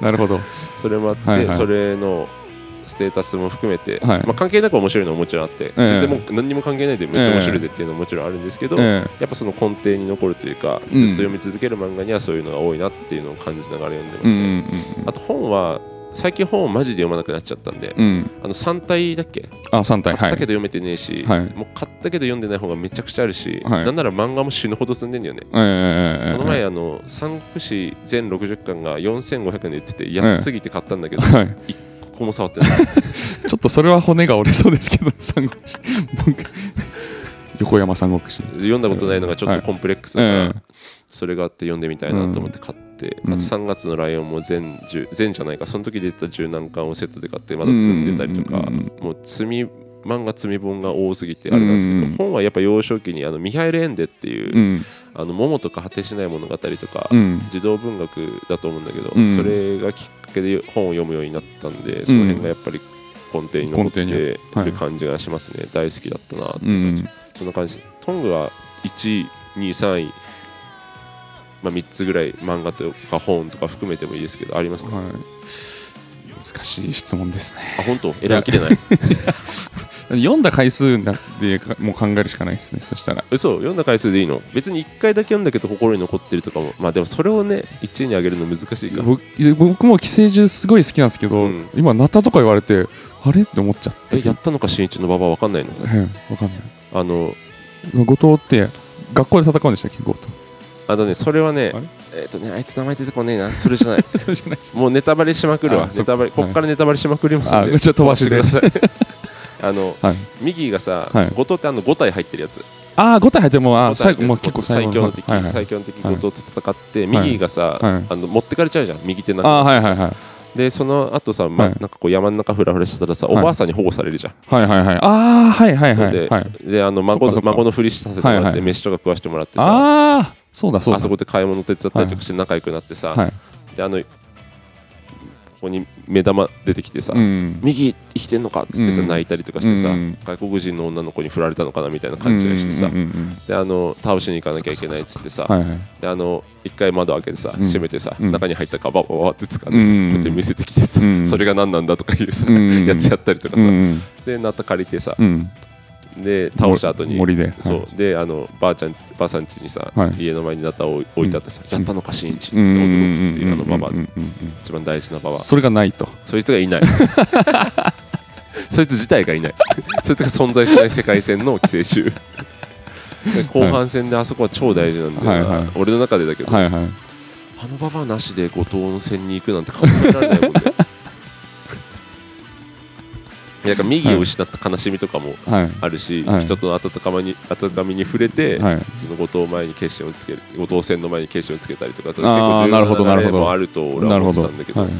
[SPEAKER 2] なるほど
[SPEAKER 1] それもあって、
[SPEAKER 2] はいはい
[SPEAKER 1] それのステータスも含めて、
[SPEAKER 2] はい
[SPEAKER 1] まあ、関係なく面白いのももちろんあって、
[SPEAKER 2] ええ
[SPEAKER 1] 全然もう何にも関係ないでめっちゃ面白いでっていうのももちろんあるんですけど、
[SPEAKER 2] ええ
[SPEAKER 1] やっぱその根底に残るというかず
[SPEAKER 2] う
[SPEAKER 1] っ
[SPEAKER 2] ん
[SPEAKER 1] と読み続ける漫画にはそういうのが多いなっていうのを感じながら読んでます
[SPEAKER 2] う
[SPEAKER 1] ね。
[SPEAKER 2] んうん
[SPEAKER 1] あと本は最近本をマジで読まなくなっちゃったんで、
[SPEAKER 2] うんうん
[SPEAKER 1] あの3体だっけ
[SPEAKER 2] あ三
[SPEAKER 1] 買
[SPEAKER 2] 体
[SPEAKER 1] ったけ
[SPEAKER 2] は
[SPEAKER 1] ど読
[SPEAKER 2] い
[SPEAKER 1] めてねえし、
[SPEAKER 2] はい
[SPEAKER 1] もう買ったけど読んでない本がめちゃくちゃあるし、
[SPEAKER 2] はい
[SPEAKER 1] なんなら漫画も死ぬほど積んでんだよね、
[SPEAKER 2] ええ
[SPEAKER 1] この前あの三国志全60巻が4500円で売ってて安すぎて買ったんだけど、
[SPEAKER 2] はい
[SPEAKER 1] 一個も触ってない
[SPEAKER 2] ちょっとそれは骨が折れそうですけど、三国志。僕 [laughs] 横山三国志。
[SPEAKER 1] 読んだことないのがちょっとコンプレックスだから、
[SPEAKER 2] ええ
[SPEAKER 1] それがあって読んでみたいなと思って買って、
[SPEAKER 2] うん
[SPEAKER 1] あと3月のライオンも全10全じゃないかその時出てた十何巻をセットで買ってまだ積んでたりとか、
[SPEAKER 2] うんうんうん
[SPEAKER 1] もう積み漫画積み本が多すぎてあれなんですけど、
[SPEAKER 2] うんうんうん
[SPEAKER 1] 本はやっぱ幼少期にあのミハイル・エンデっていう、
[SPEAKER 2] うん。
[SPEAKER 1] あの桃とか果てしない物語とか、
[SPEAKER 2] うん。
[SPEAKER 1] 児童文学だと思うんだけど、
[SPEAKER 2] うん
[SPEAKER 1] それがきっかけで本を読むようになったんでその辺がやっぱり根底に残って
[SPEAKER 2] 根底に
[SPEAKER 1] る
[SPEAKER 2] はい
[SPEAKER 1] 感じがしますね、大好きだったなって
[SPEAKER 2] う
[SPEAKER 1] いう感じ、
[SPEAKER 2] ん。
[SPEAKER 1] そんな感じトングは1位2位3位、まあ、3つぐらい漫画とか本とか含めてもいいですけどありますか、
[SPEAKER 2] はい。難しい質問ですね。
[SPEAKER 1] あ本当選びきれない
[SPEAKER 2] 読んだ回数だってかもう考えるしかないですね。そしたら。
[SPEAKER 1] 嘘読んだ回数でいいの別に1回だけ読んだけど心に残ってるとかもまあでもそれをね1位に上げるの難しいから
[SPEAKER 2] 僕僕も寄生獣すごい好きなんですけど、
[SPEAKER 1] うん
[SPEAKER 2] 今ナタとか言われてあれって思っちゃって
[SPEAKER 1] えやったのか新一の馬場わかんないの
[SPEAKER 2] うんわかんない
[SPEAKER 1] あの
[SPEAKER 2] 今後藤って学校で戦うんでしたっけ後藤
[SPEAKER 1] あだねそれはね
[SPEAKER 2] あれ
[SPEAKER 1] えっ、とねあいつ名前出てこねえな [laughs] それじゃない
[SPEAKER 2] そうじゃないです
[SPEAKER 1] もうネタバレしまくるわ
[SPEAKER 2] あそ
[SPEAKER 1] ネタバレこっからネタバレしまくります
[SPEAKER 2] あ
[SPEAKER 1] んで
[SPEAKER 2] じゃあ飛ばしで
[SPEAKER 1] 飛ばしてくださいあの
[SPEAKER 2] はい
[SPEAKER 1] 右がさ、
[SPEAKER 2] はい
[SPEAKER 1] 後藤ってあの5体入ってるやつ
[SPEAKER 2] ああ5体入ってもあ
[SPEAKER 1] 五
[SPEAKER 2] ー
[SPEAKER 1] 体入っ
[SPEAKER 2] 最
[SPEAKER 1] てる
[SPEAKER 2] 後
[SPEAKER 1] や
[SPEAKER 2] もう
[SPEAKER 1] つ
[SPEAKER 2] 結構
[SPEAKER 1] 最強の敵、
[SPEAKER 2] はいはい
[SPEAKER 1] 最強の敵
[SPEAKER 2] はい
[SPEAKER 1] 後藤と戦って、
[SPEAKER 2] はい
[SPEAKER 1] 右がさ、
[SPEAKER 2] はい
[SPEAKER 1] あの持ってかれちゃうじゃん右手なん
[SPEAKER 2] あ
[SPEAKER 1] か
[SPEAKER 2] あはいはいはい
[SPEAKER 1] でその後さ、ま
[SPEAKER 2] はい
[SPEAKER 1] なんかこう山の中フラフラしてたらさ、
[SPEAKER 2] はい
[SPEAKER 1] おばあさんに保護されるじゃん、
[SPEAKER 2] はいはいはいああはいはいは
[SPEAKER 1] それ
[SPEAKER 2] い
[SPEAKER 1] で,、
[SPEAKER 2] はい
[SPEAKER 1] であの孫の
[SPEAKER 2] そっかそっか
[SPEAKER 1] 孫のふりさせてもらって、
[SPEAKER 2] はいはい
[SPEAKER 1] 飯とか食わしてもらってさ
[SPEAKER 2] ああそうだそうだ
[SPEAKER 1] あそこで買い物手伝ったりとかして仲良くなってさ、
[SPEAKER 2] はい
[SPEAKER 1] であのここに目玉出てきてさ、
[SPEAKER 2] うん
[SPEAKER 1] 右生きてんのかっつってさ、
[SPEAKER 2] うん
[SPEAKER 1] 泣いたりとかしてさ、
[SPEAKER 2] うん
[SPEAKER 1] 外国人の女の子に振られたのかなみたいな感じがしてさ、
[SPEAKER 2] うんうんうん
[SPEAKER 1] であの倒しに行かなきゃいけないっつってさ、
[SPEAKER 2] うんはいはい
[SPEAKER 1] であの一回窓開けてさ、
[SPEAKER 2] うん
[SPEAKER 1] 閉めてさ、
[SPEAKER 2] うん
[SPEAKER 1] 中に入ったカバーをわーって掴んでさ、
[SPEAKER 2] うん
[SPEAKER 1] こうやって見せてきてさ、
[SPEAKER 2] うん
[SPEAKER 1] それが何なんだとかいうさ、
[SPEAKER 2] うん
[SPEAKER 1] やつやったりとか
[SPEAKER 2] う
[SPEAKER 1] さ、
[SPEAKER 2] ん
[SPEAKER 1] でなった借りてさ
[SPEAKER 2] う、ん
[SPEAKER 1] で倒した後に
[SPEAKER 2] 森ではい
[SPEAKER 1] そうであのばあちゃんばあさん家にさ、
[SPEAKER 2] はい
[SPEAKER 1] 家の前になったを置いてあってさ、やったのかしんいちっつって
[SPEAKER 2] うんうんうん
[SPEAKER 1] 驚くっていうあのババア
[SPEAKER 2] うんうんうん
[SPEAKER 1] 一番大事なババア
[SPEAKER 2] それがないと
[SPEAKER 1] そいつがいないそいつ自体がいないそいつが存在しない世界線の寄生
[SPEAKER 2] [laughs]
[SPEAKER 1] 虫で後半戦であそこは超大事なんだよな、
[SPEAKER 2] はいはい
[SPEAKER 1] 俺の中でだけど、
[SPEAKER 2] はいはい
[SPEAKER 1] あのババアなしで後藤の戦に行くなんて考えられないもんね
[SPEAKER 2] [laughs]
[SPEAKER 1] いやなんか右を失った悲しみとかも
[SPEAKER 2] はい
[SPEAKER 1] あるし、
[SPEAKER 2] はい
[SPEAKER 1] 人との温かまに温かみに触れて、
[SPEAKER 2] はい
[SPEAKER 1] その後藤前に決心をつける後藤戦の前に決心をつけたりとか結
[SPEAKER 2] あー
[SPEAKER 1] 重要
[SPEAKER 2] なるほどなるほど
[SPEAKER 1] 流れもあると俺
[SPEAKER 2] な
[SPEAKER 1] は
[SPEAKER 2] る
[SPEAKER 1] 思
[SPEAKER 2] ほ
[SPEAKER 1] って
[SPEAKER 2] ど
[SPEAKER 1] たんだけど
[SPEAKER 2] はい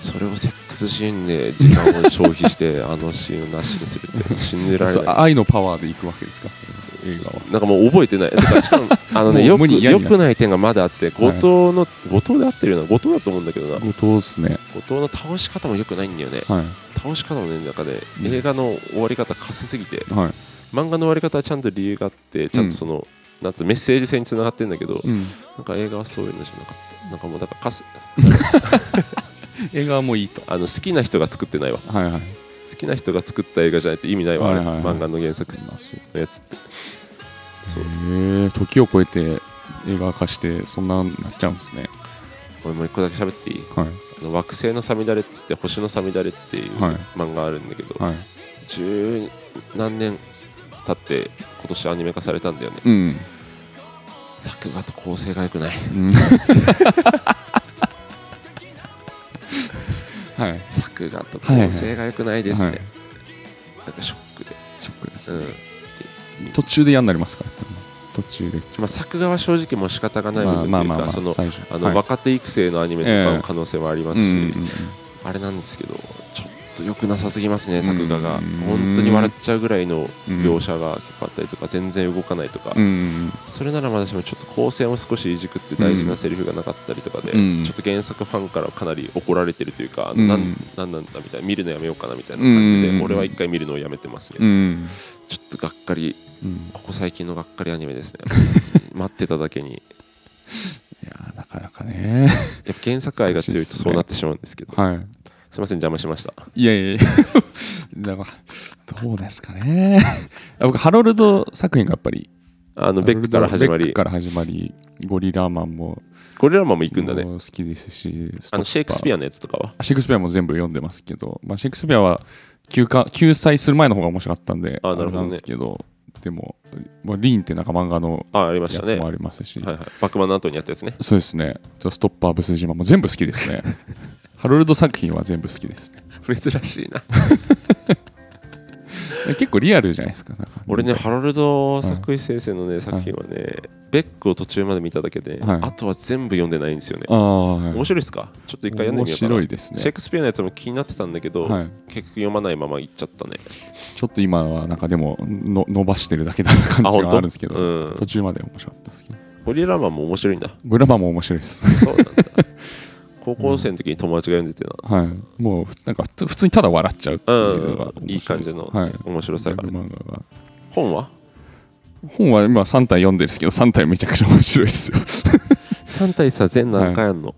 [SPEAKER 1] それをセックスシーンで時間を消費して
[SPEAKER 2] [laughs]
[SPEAKER 1] あのシーンをなしにするって信じられ
[SPEAKER 2] そう
[SPEAKER 1] ない
[SPEAKER 2] 愛のパワーでいくわけですかそれ映画は
[SPEAKER 1] なんかもう覚えてないだからしかもあのね
[SPEAKER 2] もう
[SPEAKER 1] よ
[SPEAKER 2] 無
[SPEAKER 1] く
[SPEAKER 2] 理嫌
[SPEAKER 1] よ
[SPEAKER 2] になっちゃう
[SPEAKER 1] くない点がまだあって後藤の、後藤で合ってるような後藤だと思うんだけどな
[SPEAKER 2] 後藤ですね
[SPEAKER 1] 後藤の倒し方もよくないんだよね
[SPEAKER 2] は
[SPEAKER 1] 倒し方もねなんかね
[SPEAKER 2] うん
[SPEAKER 1] 映画の終わり方かすすぎて
[SPEAKER 2] いは
[SPEAKER 1] 漫画の終わり方はちゃんと理由があってちゃんとその、なんてメッセージ性につながってんだけど、
[SPEAKER 2] いうん
[SPEAKER 1] なんか映画はそういうのじゃなかったなんかもうだからかす
[SPEAKER 2] 映画はもういいと
[SPEAKER 1] あの好きな人が作ってないわ
[SPEAKER 2] はいはい
[SPEAKER 1] 好きな人が作った映画じゃないと意味ないわ、あれ
[SPEAKER 2] はいはいはい
[SPEAKER 1] 漫画の原作のやつってそう
[SPEAKER 2] へえ時を超えて映画化してそんなになっちゃうんですね
[SPEAKER 1] 俺もう一個だけ喋っていい
[SPEAKER 2] はい
[SPEAKER 1] あの惑星のさみだれっつって星のさみだれっていう
[SPEAKER 2] はい
[SPEAKER 1] 漫画あるんだけど、
[SPEAKER 2] はい
[SPEAKER 1] 十何年経って今年アニメ化されたんだよね
[SPEAKER 2] うん
[SPEAKER 1] 作画と構成が良くない
[SPEAKER 2] [laughs] はい
[SPEAKER 1] 作画と構成が良くないですね、
[SPEAKER 2] はいはい
[SPEAKER 1] なんかショックで、
[SPEAKER 2] ショックです、
[SPEAKER 1] うん
[SPEAKER 2] ね途中で嫌になりますから途中で
[SPEAKER 1] まあ、作画は正直もう仕方がない部
[SPEAKER 2] ま
[SPEAKER 1] 分というか、
[SPEAKER 2] あまあまあ、まあ、
[SPEAKER 1] その
[SPEAKER 2] 最初
[SPEAKER 1] あの
[SPEAKER 2] はい
[SPEAKER 1] 若手育成のアニメとかの可能性もありますし、
[SPEAKER 2] うんうんうん
[SPEAKER 1] あれなんですけどちょっと良くなさすぎますね作画が
[SPEAKER 2] うん
[SPEAKER 1] 本当に笑っちゃうぐらいの
[SPEAKER 2] うん
[SPEAKER 1] 描写が結構あったりとか全然動かないとか、
[SPEAKER 2] うん
[SPEAKER 1] それならまだしもちょっと構成も少しいじくって大事なセリフがなかったりとかで、
[SPEAKER 2] うん
[SPEAKER 1] ちょっと原作ファンからかなり怒られてるというか、
[SPEAKER 2] うん
[SPEAKER 1] なんなんなんだみたいな見るのやめようかなみたいな感じで、
[SPEAKER 2] うん
[SPEAKER 1] 俺は一回見るのをやめてますね、
[SPEAKER 2] うん
[SPEAKER 1] ちょっとがっかり
[SPEAKER 2] うん
[SPEAKER 1] ここ最近のがっかりアニメです
[SPEAKER 2] [laughs]
[SPEAKER 1] ね待ってただけに
[SPEAKER 2] いやーなかなかね
[SPEAKER 1] やっぱ原作愛が強いとそうなってしまうんですけど
[SPEAKER 2] は
[SPEAKER 1] すいません邪魔しました
[SPEAKER 2] いいやいやいや [laughs] だからどうですかねあ僕ハロルド作品がやっぱり
[SPEAKER 1] あのベックから始ま
[SPEAKER 2] ベック
[SPEAKER 1] り
[SPEAKER 2] から始まりゴリラマンも
[SPEAKER 1] ゴリラマンも行くんだね
[SPEAKER 2] もう好きですし
[SPEAKER 1] あ
[SPEAKER 2] ストッパ
[SPEAKER 1] のシェイクスピアのやつとかは
[SPEAKER 2] シェイクスピアも全部読んでますけど、まあ、シェイクスピアは休暇救済する前の方が面白かったんで
[SPEAKER 1] あなるほどね
[SPEAKER 2] れんですけどでも、まあ、リーンってなんか漫画の
[SPEAKER 1] あありまし
[SPEAKER 2] や
[SPEAKER 1] た
[SPEAKER 2] つ
[SPEAKER 1] ね
[SPEAKER 2] もあ
[SPEAKER 1] はい
[SPEAKER 2] りますし、
[SPEAKER 1] はいバックマンの後にやったやつね
[SPEAKER 2] [laughs] そうですねストッパーブス島も全部好きで
[SPEAKER 1] [laughs]
[SPEAKER 2] すねハロルド作品は全部好きですね
[SPEAKER 1] 珍しいな
[SPEAKER 2] 結構リアルじゃないですかなんか
[SPEAKER 1] 俺ねハロルド作為先生のね作品はねベックを途中まで見ただけで
[SPEAKER 2] はい
[SPEAKER 1] あとは全部読んでないんですよね
[SPEAKER 2] ああはい
[SPEAKER 1] 面白いですかちょっと一回読んでみようかな
[SPEAKER 2] 面白いですね
[SPEAKER 1] シェイクスピアのやつも気になってたんだけど
[SPEAKER 2] はい
[SPEAKER 1] 結局読まないまま行っちゃったね
[SPEAKER 2] ちょっと今はなんかでもの伸ばしてるだけな感じがあるんですけど、
[SPEAKER 1] うん
[SPEAKER 2] 途中まで面白かったですけど
[SPEAKER 1] ゴリラマンも面白い
[SPEAKER 2] [laughs]
[SPEAKER 1] んだ
[SPEAKER 2] グラマンも面白いです
[SPEAKER 1] そうなんだ高校生の時に友達が読んでてな
[SPEAKER 2] はい、もうふつなんか普通普通にただ笑っちゃうっていうのが面白
[SPEAKER 1] うんいい感じの
[SPEAKER 2] はい、
[SPEAKER 1] 面白さがある
[SPEAKER 2] ギャグ漫画が
[SPEAKER 1] 本は
[SPEAKER 2] 本は今3体読んでるんですけど3体めちゃくちゃ面白いですよ [laughs]
[SPEAKER 1] 3体さ全何回あんの、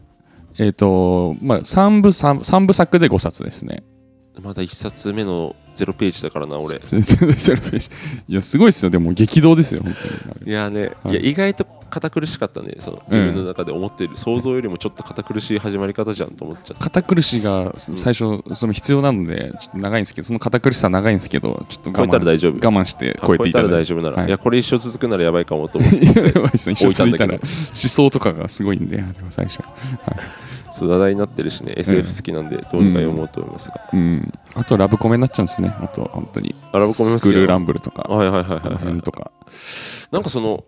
[SPEAKER 2] えっとまあ3部三三部作で5冊ですね [laughs]
[SPEAKER 1] まだ1冊目の0ページだからな俺
[SPEAKER 2] 全然ゼロページいやすごいですよでも激動ですよ本当
[SPEAKER 1] い
[SPEAKER 2] に
[SPEAKER 1] やね、
[SPEAKER 2] はい
[SPEAKER 1] い、や意外と堅苦しかったねその自分の中で思ってる、想像よりもちょっと堅苦しい始まり方じゃんと思っちゃった
[SPEAKER 2] 堅苦しが最初その必要なのでちょっと長いんですけどその堅苦しさ長いんですけどちょっと
[SPEAKER 1] 超
[SPEAKER 2] 我
[SPEAKER 1] えたら
[SPEAKER 2] 慢
[SPEAKER 1] 大丈夫
[SPEAKER 2] 我慢して超えてい
[SPEAKER 1] あ超
[SPEAKER 2] た
[SPEAKER 1] えたら
[SPEAKER 2] だい
[SPEAKER 1] 大
[SPEAKER 2] て
[SPEAKER 1] 丈夫なら、
[SPEAKER 2] はい
[SPEAKER 1] い、やこれ一生続くならやばいかもと
[SPEAKER 2] [laughs]
[SPEAKER 1] 思って
[SPEAKER 2] いややばいですね一
[SPEAKER 1] 置
[SPEAKER 2] 緒
[SPEAKER 1] い
[SPEAKER 2] つ
[SPEAKER 1] たん
[SPEAKER 2] い
[SPEAKER 1] だ
[SPEAKER 2] た
[SPEAKER 1] けど
[SPEAKER 2] ら思想とかがすごいんであれは最初
[SPEAKER 1] そう話題になってるしね SF 好きなんでどうにか読もうと思いますが、
[SPEAKER 2] うん、あとラブコメになっちゃうんですね、あと本当に。
[SPEAKER 1] あラブコメも好きだよ
[SPEAKER 2] スクールランブルとか、
[SPEAKER 1] はいはいはい
[SPEAKER 2] あ
[SPEAKER 1] はい
[SPEAKER 2] の
[SPEAKER 1] はい
[SPEAKER 2] 辺とか。
[SPEAKER 1] なんかその思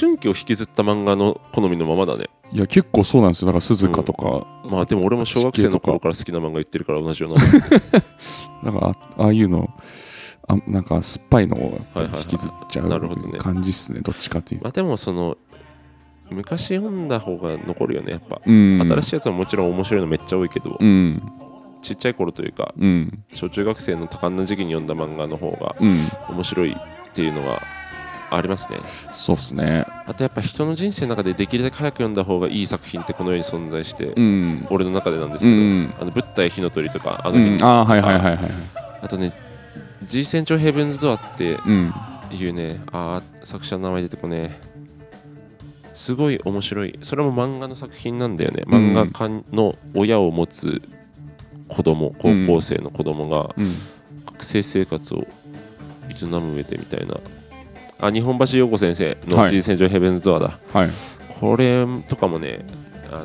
[SPEAKER 1] 春期を引きずった漫画の好みのままだね
[SPEAKER 2] いや、結構そうなんですよ、だから鈴鹿とか、
[SPEAKER 1] まあでも俺も小学生の頃から好きな漫画言ってるから同じような
[SPEAKER 2] [laughs] なんかあああいうの、あなんか酸っぱいのを
[SPEAKER 1] はいはい
[SPEAKER 2] 引きずっちゃ
[SPEAKER 1] なるほどね
[SPEAKER 2] う感じっすね、どっちかというと。
[SPEAKER 1] まあでもその昔読んだ方が残るよねやっぱ、
[SPEAKER 2] うん、
[SPEAKER 1] 新し
[SPEAKER 2] い。
[SPEAKER 1] いやつはもちろん面白いのめっちゃ多いけど、
[SPEAKER 2] うん、
[SPEAKER 1] ちっちゃい頃というか
[SPEAKER 2] うん、
[SPEAKER 1] 小中学生の多感な時期に読んだ漫画の方が
[SPEAKER 2] うん、
[SPEAKER 1] 面白いっていうのはありますね
[SPEAKER 2] そうっすね。
[SPEAKER 1] あとやっぱ人の人生の中でできるだけ早く読んだ方がいい作品ってこの世に存在して、
[SPEAKER 2] うん、
[SPEAKER 1] 俺の中でなんですけど、
[SPEAKER 2] うん
[SPEAKER 1] あの物体火の鳥とかあ
[SPEAKER 2] あ
[SPEAKER 1] の辺、
[SPEAKER 2] うん、あー、はいはいはいはい。
[SPEAKER 1] あとね G 戦長ヘブンズドアって
[SPEAKER 2] うん、
[SPEAKER 1] いうねあー作者の名前出てこねえすごい面白いそれも漫画の作品なんだよね漫画家の親を持つ子供高校生の子供が
[SPEAKER 2] うん、
[SPEAKER 1] 学生生活を営む上でみたいなあ日本橋陽子先生
[SPEAKER 2] は
[SPEAKER 1] の
[SPEAKER 2] い
[SPEAKER 1] G 戦場ヘブンズドアだ、
[SPEAKER 2] はい。
[SPEAKER 1] これとかもねあの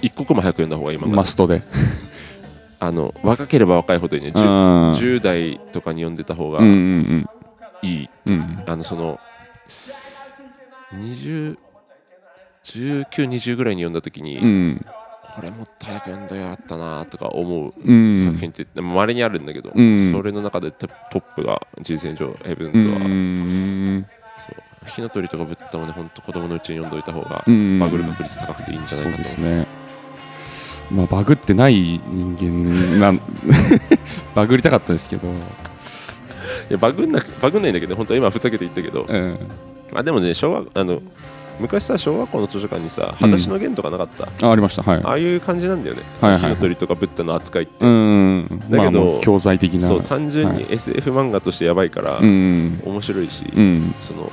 [SPEAKER 1] 一刻も早く読んだ方がいい漫画
[SPEAKER 2] マストで。
[SPEAKER 1] あの若ければ若いほどいいね
[SPEAKER 2] う
[SPEAKER 1] 10,
[SPEAKER 2] ん、うん、
[SPEAKER 1] 10代とかに読んでた方が
[SPEAKER 2] うん、うん、
[SPEAKER 1] いい
[SPEAKER 2] うん。
[SPEAKER 1] あのその20 1920ぐらいに読んだ時に、
[SPEAKER 2] うん、
[SPEAKER 1] これもっと早く読んだよあったなとか思う
[SPEAKER 2] うん。
[SPEAKER 1] 作品ってまれにあるんだけど、
[SPEAKER 2] うん
[SPEAKER 1] それの中でトトップが「人生上ヘブン
[SPEAKER 2] うん、
[SPEAKER 1] ズ
[SPEAKER 2] う
[SPEAKER 1] は、
[SPEAKER 2] ん、
[SPEAKER 1] そう火の鳥とかぶったもね本当子供のうちに読んどいた方が
[SPEAKER 2] うん。
[SPEAKER 1] バグる確率高くていいんじゃ
[SPEAKER 2] そ
[SPEAKER 1] な
[SPEAKER 2] う
[SPEAKER 1] いか
[SPEAKER 2] で
[SPEAKER 1] と
[SPEAKER 2] す
[SPEAKER 1] 思う
[SPEAKER 2] ね、まあ、バグってない人間なん [laughs] バグりたかったですけど、
[SPEAKER 1] いやバグんなくバグんないんだけど本当は今ふざけて言ったけど、
[SPEAKER 2] うん、
[SPEAKER 1] まあでもね小学あの昔さ小学校の図書館にさ「裸足の弦」とかなかった、
[SPEAKER 2] あありましたはい
[SPEAKER 1] ああいう感じなんだよね、
[SPEAKER 2] はいはい
[SPEAKER 1] 火の鳥とかブッダの扱いって、
[SPEAKER 2] うん
[SPEAKER 1] だけど
[SPEAKER 2] まあもう教材的な
[SPEAKER 1] そう単純
[SPEAKER 2] は
[SPEAKER 1] に SF 漫画としてやばいから、
[SPEAKER 2] うん
[SPEAKER 1] 面白いし、
[SPEAKER 2] うん
[SPEAKER 1] その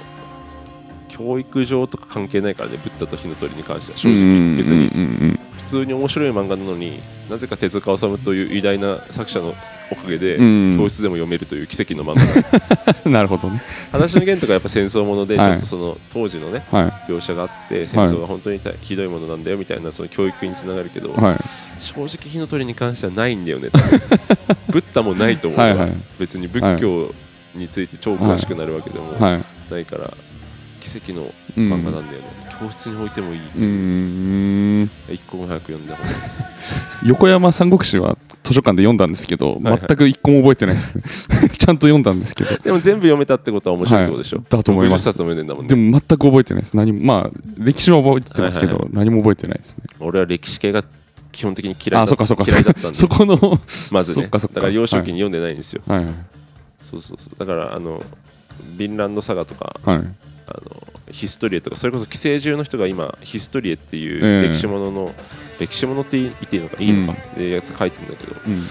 [SPEAKER 1] 教育上とか関係ないからねブッダと火の鳥に関しては
[SPEAKER 2] う
[SPEAKER 1] 正
[SPEAKER 2] ん
[SPEAKER 1] 直別に
[SPEAKER 2] うん
[SPEAKER 1] 普通に面白い漫画なのになぜか手塚治虫という偉大な作者のおかげで、
[SPEAKER 2] うん
[SPEAKER 1] 教室でも読めるという奇跡の漫画
[SPEAKER 2] [laughs]
[SPEAKER 1] だ
[SPEAKER 2] うんなるほどね
[SPEAKER 1] 話の弦とかやっぱ戦争もので、
[SPEAKER 2] はい
[SPEAKER 1] ちょっとその当時のね
[SPEAKER 2] はい
[SPEAKER 1] 描写があって戦争が本当に大ひどいものなんだよみたいなその教育につながるけど、
[SPEAKER 2] はい
[SPEAKER 1] 正直火の鳥に関してはないんだよね [laughs] 多分ブッダもないと思うわ、
[SPEAKER 2] はいはい
[SPEAKER 1] 別に仏教について超詳しくなるわけでも
[SPEAKER 2] はい
[SPEAKER 1] ないから、奇跡の
[SPEAKER 2] うん
[SPEAKER 1] 漫画なんだよね、教室に置いてもいい
[SPEAKER 2] うん
[SPEAKER 1] 一個も早く読んだ方がいいです
[SPEAKER 2] 横山三国志は図書館で読んだんですけど、
[SPEAKER 1] はいはい
[SPEAKER 2] 全く一個も覚えてないです [laughs] ちゃんと読んだんですけど
[SPEAKER 1] でも全部読めたってことは面白いってことでしょ、
[SPEAKER 2] はいだと思います
[SPEAKER 1] 60冊読めてんだもん
[SPEAKER 2] で
[SPEAKER 1] ね
[SPEAKER 2] も全く覚えてないです何もまあ歴史は覚えてますけど、
[SPEAKER 1] はいは
[SPEAKER 2] 何も覚えてないですね
[SPEAKER 1] 俺は歴史系が基本的に嫌い
[SPEAKER 2] あ
[SPEAKER 1] だ
[SPEAKER 2] そっかそっか
[SPEAKER 1] 嫌いだったんで
[SPEAKER 2] [laughs] そこの
[SPEAKER 1] まずね
[SPEAKER 2] そっかそっか
[SPEAKER 1] だから幼少期に読んでないんですよ、
[SPEAKER 2] はいはい
[SPEAKER 1] そうそうそうだからあのビンランドサガとか
[SPEAKER 2] はい
[SPEAKER 1] あのヒストリエとかそれこそ寄生獣の人が今ヒストリエっていう
[SPEAKER 2] ええ
[SPEAKER 1] 歴史ものの、歴史ものって言っていいのかいいのか、ってやつ書いてるんだけど
[SPEAKER 2] うん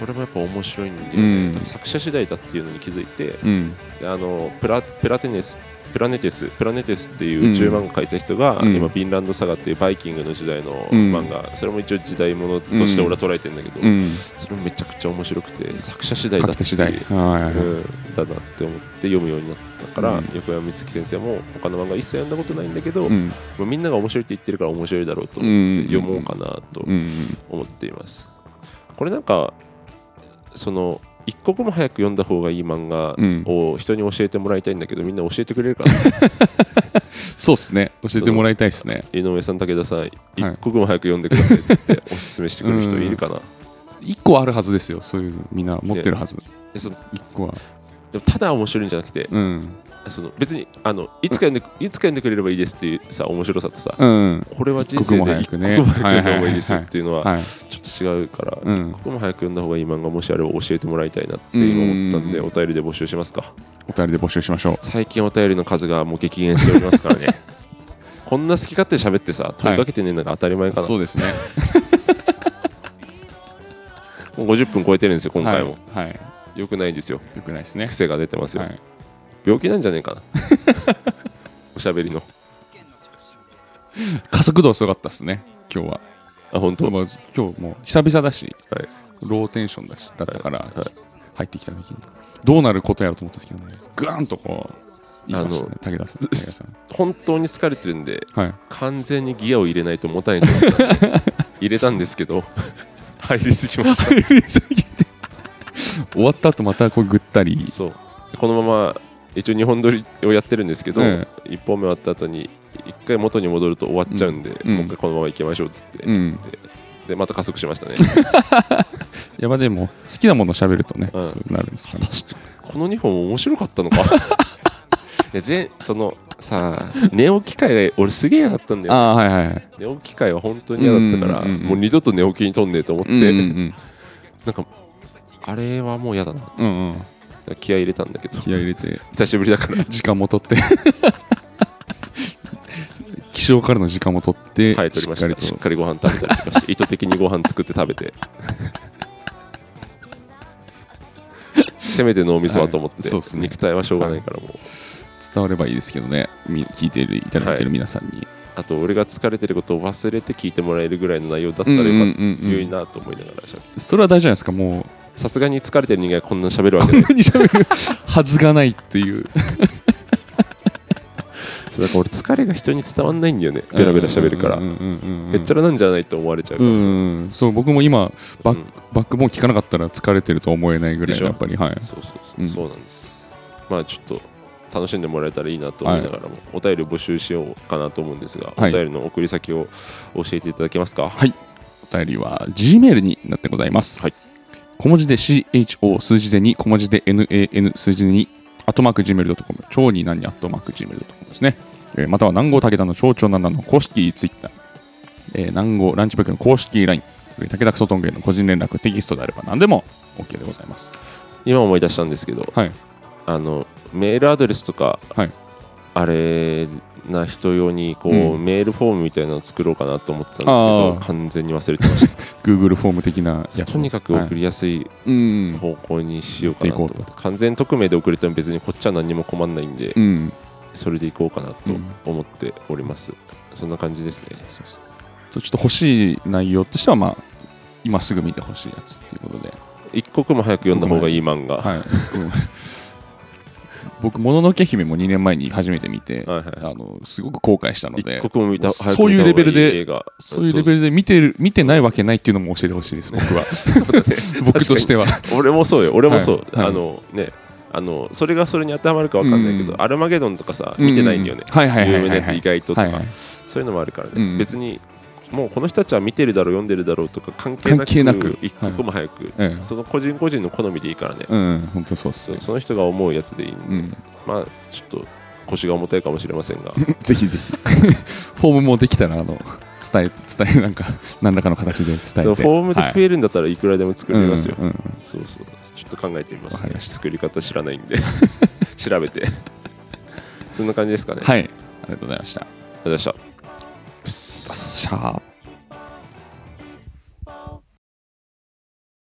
[SPEAKER 1] それもやっぱ面白いんで、
[SPEAKER 2] うん
[SPEAKER 1] だから作者次第だっていうのに気づいて
[SPEAKER 2] うん
[SPEAKER 1] であのプラプラテネスプラネテスプラネテスっていう
[SPEAKER 2] うん
[SPEAKER 1] 10漫画書いた人が、
[SPEAKER 2] うん
[SPEAKER 1] 今「ビンランドサガ」っていうバイキングの時代の
[SPEAKER 2] うん
[SPEAKER 1] 漫画、それも一応時代ものとして俺は捉えてるんだけど、
[SPEAKER 2] うん
[SPEAKER 1] それもめちゃくちゃ面白くて作者次第だ
[SPEAKER 2] 書
[SPEAKER 1] っ
[SPEAKER 2] き
[SPEAKER 1] て
[SPEAKER 2] 手
[SPEAKER 1] いう
[SPEAKER 2] 次第は
[SPEAKER 1] うん、だなって思って読むようになったから、
[SPEAKER 2] うん
[SPEAKER 1] 横山光月先生も他の漫画一切読んだことないんだけど、
[SPEAKER 2] いうん
[SPEAKER 1] まあみんなが面白いって言ってるから面白いだろうと
[SPEAKER 2] う
[SPEAKER 1] 思
[SPEAKER 2] ん
[SPEAKER 1] って読もうかなと
[SPEAKER 2] うん
[SPEAKER 1] 思っています。これなんかその一刻も早く読んだ方がいい漫画
[SPEAKER 2] うん
[SPEAKER 1] を人に教えてもらいたいんだけど、みんな教えてくれるかな
[SPEAKER 2] [laughs] そうですね教えてもらいたいですね
[SPEAKER 1] 井上さん武田さん一刻も早く読んでくださいって言っておすすめしてくる人いるかな、
[SPEAKER 2] 一個あるはずですよそういうのみんな持ってるはず
[SPEAKER 1] でその
[SPEAKER 2] 一個は
[SPEAKER 1] でもただ面白いんじゃなくて
[SPEAKER 2] うん
[SPEAKER 1] その別にあのいつか読んでいつか読んでくれればいいですっていうさ面白さとさ、
[SPEAKER 2] うん
[SPEAKER 1] これは人生で一
[SPEAKER 2] 一
[SPEAKER 1] 刻
[SPEAKER 2] 刻
[SPEAKER 1] も早く
[SPEAKER 2] も早くね
[SPEAKER 1] 読んだ方がいいですよっていうのは
[SPEAKER 2] はい
[SPEAKER 1] ちょっと違うから、
[SPEAKER 2] うん
[SPEAKER 1] 一刻も早く読んだ方がいい漫画もしあれば教えてもらいたいなって今思ったんで
[SPEAKER 2] うん
[SPEAKER 1] お便りで募集しますか
[SPEAKER 2] お便りで募集しましょう
[SPEAKER 1] 最近お便りの数がもう激減しております
[SPEAKER 2] [laughs]
[SPEAKER 1] からねこんな好き勝手喋ってさ問いかけてねえのが当たり前かな、
[SPEAKER 2] そうですね
[SPEAKER 1] もう50分超えてるんですよ今回も、
[SPEAKER 2] はいはい
[SPEAKER 1] よくないですよ
[SPEAKER 2] よくないですね
[SPEAKER 1] 癖が出てますよ、
[SPEAKER 2] はい
[SPEAKER 1] 病気なんじゃねえ
[SPEAKER 2] [laughs]
[SPEAKER 1] かなおしゃべりの
[SPEAKER 2] 加速度すごかったですね今日は
[SPEAKER 1] あ本当
[SPEAKER 2] まあ今日もう久々だし、
[SPEAKER 1] はい
[SPEAKER 2] ローテンションだしだったから、
[SPEAKER 1] はい
[SPEAKER 2] 入ってきた時にどうなることやろうと思ったんですけどねグーンとこう言いましたね武
[SPEAKER 1] [laughs]
[SPEAKER 2] 田さん武田さん
[SPEAKER 1] 本当に疲れてるんで
[SPEAKER 2] はい [laughs]
[SPEAKER 1] 完全にギアを入れないともたないと思ったんで入れたんですけど入りすぎました
[SPEAKER 2] 終わった後またこうぐったり
[SPEAKER 1] そうこのまま一応2本撮りをやってるんですけど、
[SPEAKER 2] え
[SPEAKER 1] 1本目終わった後に1回元に戻ると終わっちゃうんで、
[SPEAKER 2] ん
[SPEAKER 1] もう一回このまま行きましょうっつって、
[SPEAKER 2] うん
[SPEAKER 1] でまた加速しましたね
[SPEAKER 2] やばでも好きなもの喋るとね、
[SPEAKER 1] うん
[SPEAKER 2] そうなるんですかね
[SPEAKER 1] この2本面白かったの
[SPEAKER 2] [laughs]
[SPEAKER 1] かいや全そのさあ寝起き会が俺すげえ嫌だったんだよ
[SPEAKER 2] ああはいはいはい
[SPEAKER 1] 寝起き会は本当に嫌だったから、
[SPEAKER 2] うんうんうん
[SPEAKER 1] もう二度と寝起きにとんねえと思って、
[SPEAKER 2] うんうん
[SPEAKER 1] なんかあれはもう嫌だなだか
[SPEAKER 2] うんうんうん
[SPEAKER 1] ら気合い入れたんだけど
[SPEAKER 2] 気合い入れて
[SPEAKER 1] 久しぶりだから
[SPEAKER 2] 時間も取って
[SPEAKER 1] [laughs]
[SPEAKER 2] 起床からの時間も取って、
[SPEAKER 1] はい、取りましたしっ
[SPEAKER 2] しっか
[SPEAKER 1] かりご飯食べたりとかして、意図的にご飯作って食べ
[SPEAKER 2] [laughs]
[SPEAKER 1] て。せめて脳みそはと思って、
[SPEAKER 2] はいそうっすね
[SPEAKER 1] 肉体はしょうがないからもう、
[SPEAKER 2] りと伝わればいいですけどねみ聞いていただいてる皆さんに、
[SPEAKER 1] あと俺が疲れてることを忘れて聞いてもらえるぐらいの内容だったらよか
[SPEAKER 2] うん
[SPEAKER 1] っ
[SPEAKER 2] う
[SPEAKER 1] た
[SPEAKER 2] んうんうん
[SPEAKER 1] 良いなと思いながらしゃべ
[SPEAKER 2] それは大事じゃないですかもう
[SPEAKER 1] さすがに疲れてる人間がこんな喋るわけ
[SPEAKER 2] [laughs]
[SPEAKER 1] ない
[SPEAKER 2] 何喋るはずがないっていう
[SPEAKER 1] そうだから俺疲れが人に伝わんないんだよねベラベラ喋るから
[SPEAKER 2] うんうんうんうん
[SPEAKER 1] へっちゃらなんじゃないと思われちゃうか
[SPEAKER 2] うん
[SPEAKER 1] らさ、
[SPEAKER 2] うんそう僕も今バッ,、
[SPEAKER 1] うん
[SPEAKER 2] バックボーン聞かなかったら疲れてると思えないぐら
[SPEAKER 1] で
[SPEAKER 2] い
[SPEAKER 1] しょ
[SPEAKER 2] やっぱりはい
[SPEAKER 1] そうそうそう、
[SPEAKER 2] うん
[SPEAKER 1] そうなんですまあちょっと楽しんでもらえたらいいなと思いながらも、お便り募集しようかなと思うんですが、
[SPEAKER 2] はい
[SPEAKER 1] お便りの送り先を教えていただけますか
[SPEAKER 2] はいお便りは G メールになってございます、
[SPEAKER 1] はい
[SPEAKER 2] 小文字で CHO 数字で2小文字で NAN 数字で2アットマーク Gmail.com 超に何にアットマーク Gmail.com ですね、えーまたは南郷武田の超長七の公式ツイッター、えー南郷ランチブックの公式 LINE えー武田クソトンゲの個人連絡テキストであれば何でも OK でございます
[SPEAKER 1] 今思い出したんですけど
[SPEAKER 2] はい
[SPEAKER 1] あのメールアドレスとか、
[SPEAKER 2] はい
[SPEAKER 1] あれな人用にこう、
[SPEAKER 2] うん
[SPEAKER 1] メールフォームみたいなのを作ろうかなと思ってたんですけ
[SPEAKER 2] あ
[SPEAKER 1] ど
[SPEAKER 2] ー
[SPEAKER 1] 完全に忘れてまし
[SPEAKER 2] Google フォーム的な
[SPEAKER 1] た
[SPEAKER 2] やつ
[SPEAKER 1] とにかく
[SPEAKER 2] はい
[SPEAKER 1] 送りやすい
[SPEAKER 2] うん
[SPEAKER 1] 方向にしようかなと思って、
[SPEAKER 2] やってい
[SPEAKER 1] 完全匿名で送れても別にこっちは何にも困んないんで、
[SPEAKER 2] うん
[SPEAKER 1] それでいこうかなと
[SPEAKER 2] うん
[SPEAKER 1] 思っております、そんな感じですね
[SPEAKER 2] そうそうとちょっと欲しい内容としてはまあ今すぐ見てほしいやつっていうことで
[SPEAKER 1] 一刻も早く読んだ方がいい漫画。は
[SPEAKER 2] はい、僕「もののけ姫」も2年前に初めて見て、
[SPEAKER 1] いはい
[SPEAKER 2] あのすごく後悔したの
[SPEAKER 1] 一
[SPEAKER 2] で
[SPEAKER 1] 刻も見た早く
[SPEAKER 2] そういうレベルで
[SPEAKER 1] 見た方がいい映画
[SPEAKER 2] そういうレベルで見てる見てないわけないっていうのも教えてほしいです僕は [laughs]
[SPEAKER 1] そうそうだね
[SPEAKER 2] 僕としては
[SPEAKER 1] 確かに俺もそうよ、俺もそう。
[SPEAKER 2] はいはい
[SPEAKER 1] あのね、あのそれがそれに当てはまるかわかんないけど、
[SPEAKER 2] うん
[SPEAKER 1] アルマゲドンとかさ見てないんだよね
[SPEAKER 2] う、はいはいは
[SPEAKER 1] 有
[SPEAKER 2] い
[SPEAKER 1] 名な
[SPEAKER 2] は
[SPEAKER 1] いやつ
[SPEAKER 2] はい
[SPEAKER 1] 意外ととか、
[SPEAKER 2] はいはい
[SPEAKER 1] そういうのもあるからね、
[SPEAKER 2] うん
[SPEAKER 1] 別にもうこの人たちは見てるだろう読んでるだろうとか関係なく
[SPEAKER 2] 関係なく
[SPEAKER 1] 一刻も早く、
[SPEAKER 2] ええ
[SPEAKER 1] その個人個人の好みでいいからね、
[SPEAKER 2] うん本当そうっす
[SPEAKER 1] そう
[SPEAKER 2] ね
[SPEAKER 1] その人が思うやつでいいんで、
[SPEAKER 2] うん
[SPEAKER 1] まあちょっと腰が重たいかもしれませ
[SPEAKER 2] [laughs]
[SPEAKER 1] んが
[SPEAKER 2] ぜひぜひフォームもできたらあの伝え伝えなんか何らかの形で伝えて
[SPEAKER 1] そうフォームで増
[SPEAKER 2] え
[SPEAKER 1] えるんだったらいくらでも作れますよ、
[SPEAKER 2] うんうんうん
[SPEAKER 1] そうそうちょっと考えてみま
[SPEAKER 2] わ
[SPEAKER 1] す、
[SPEAKER 2] かりました
[SPEAKER 1] 作り方知らないん
[SPEAKER 2] [laughs]
[SPEAKER 1] で調べて [laughs] そんな感じですかね、
[SPEAKER 2] はいありがとうございました
[SPEAKER 1] ありがとうございました
[SPEAKER 2] よっしゃー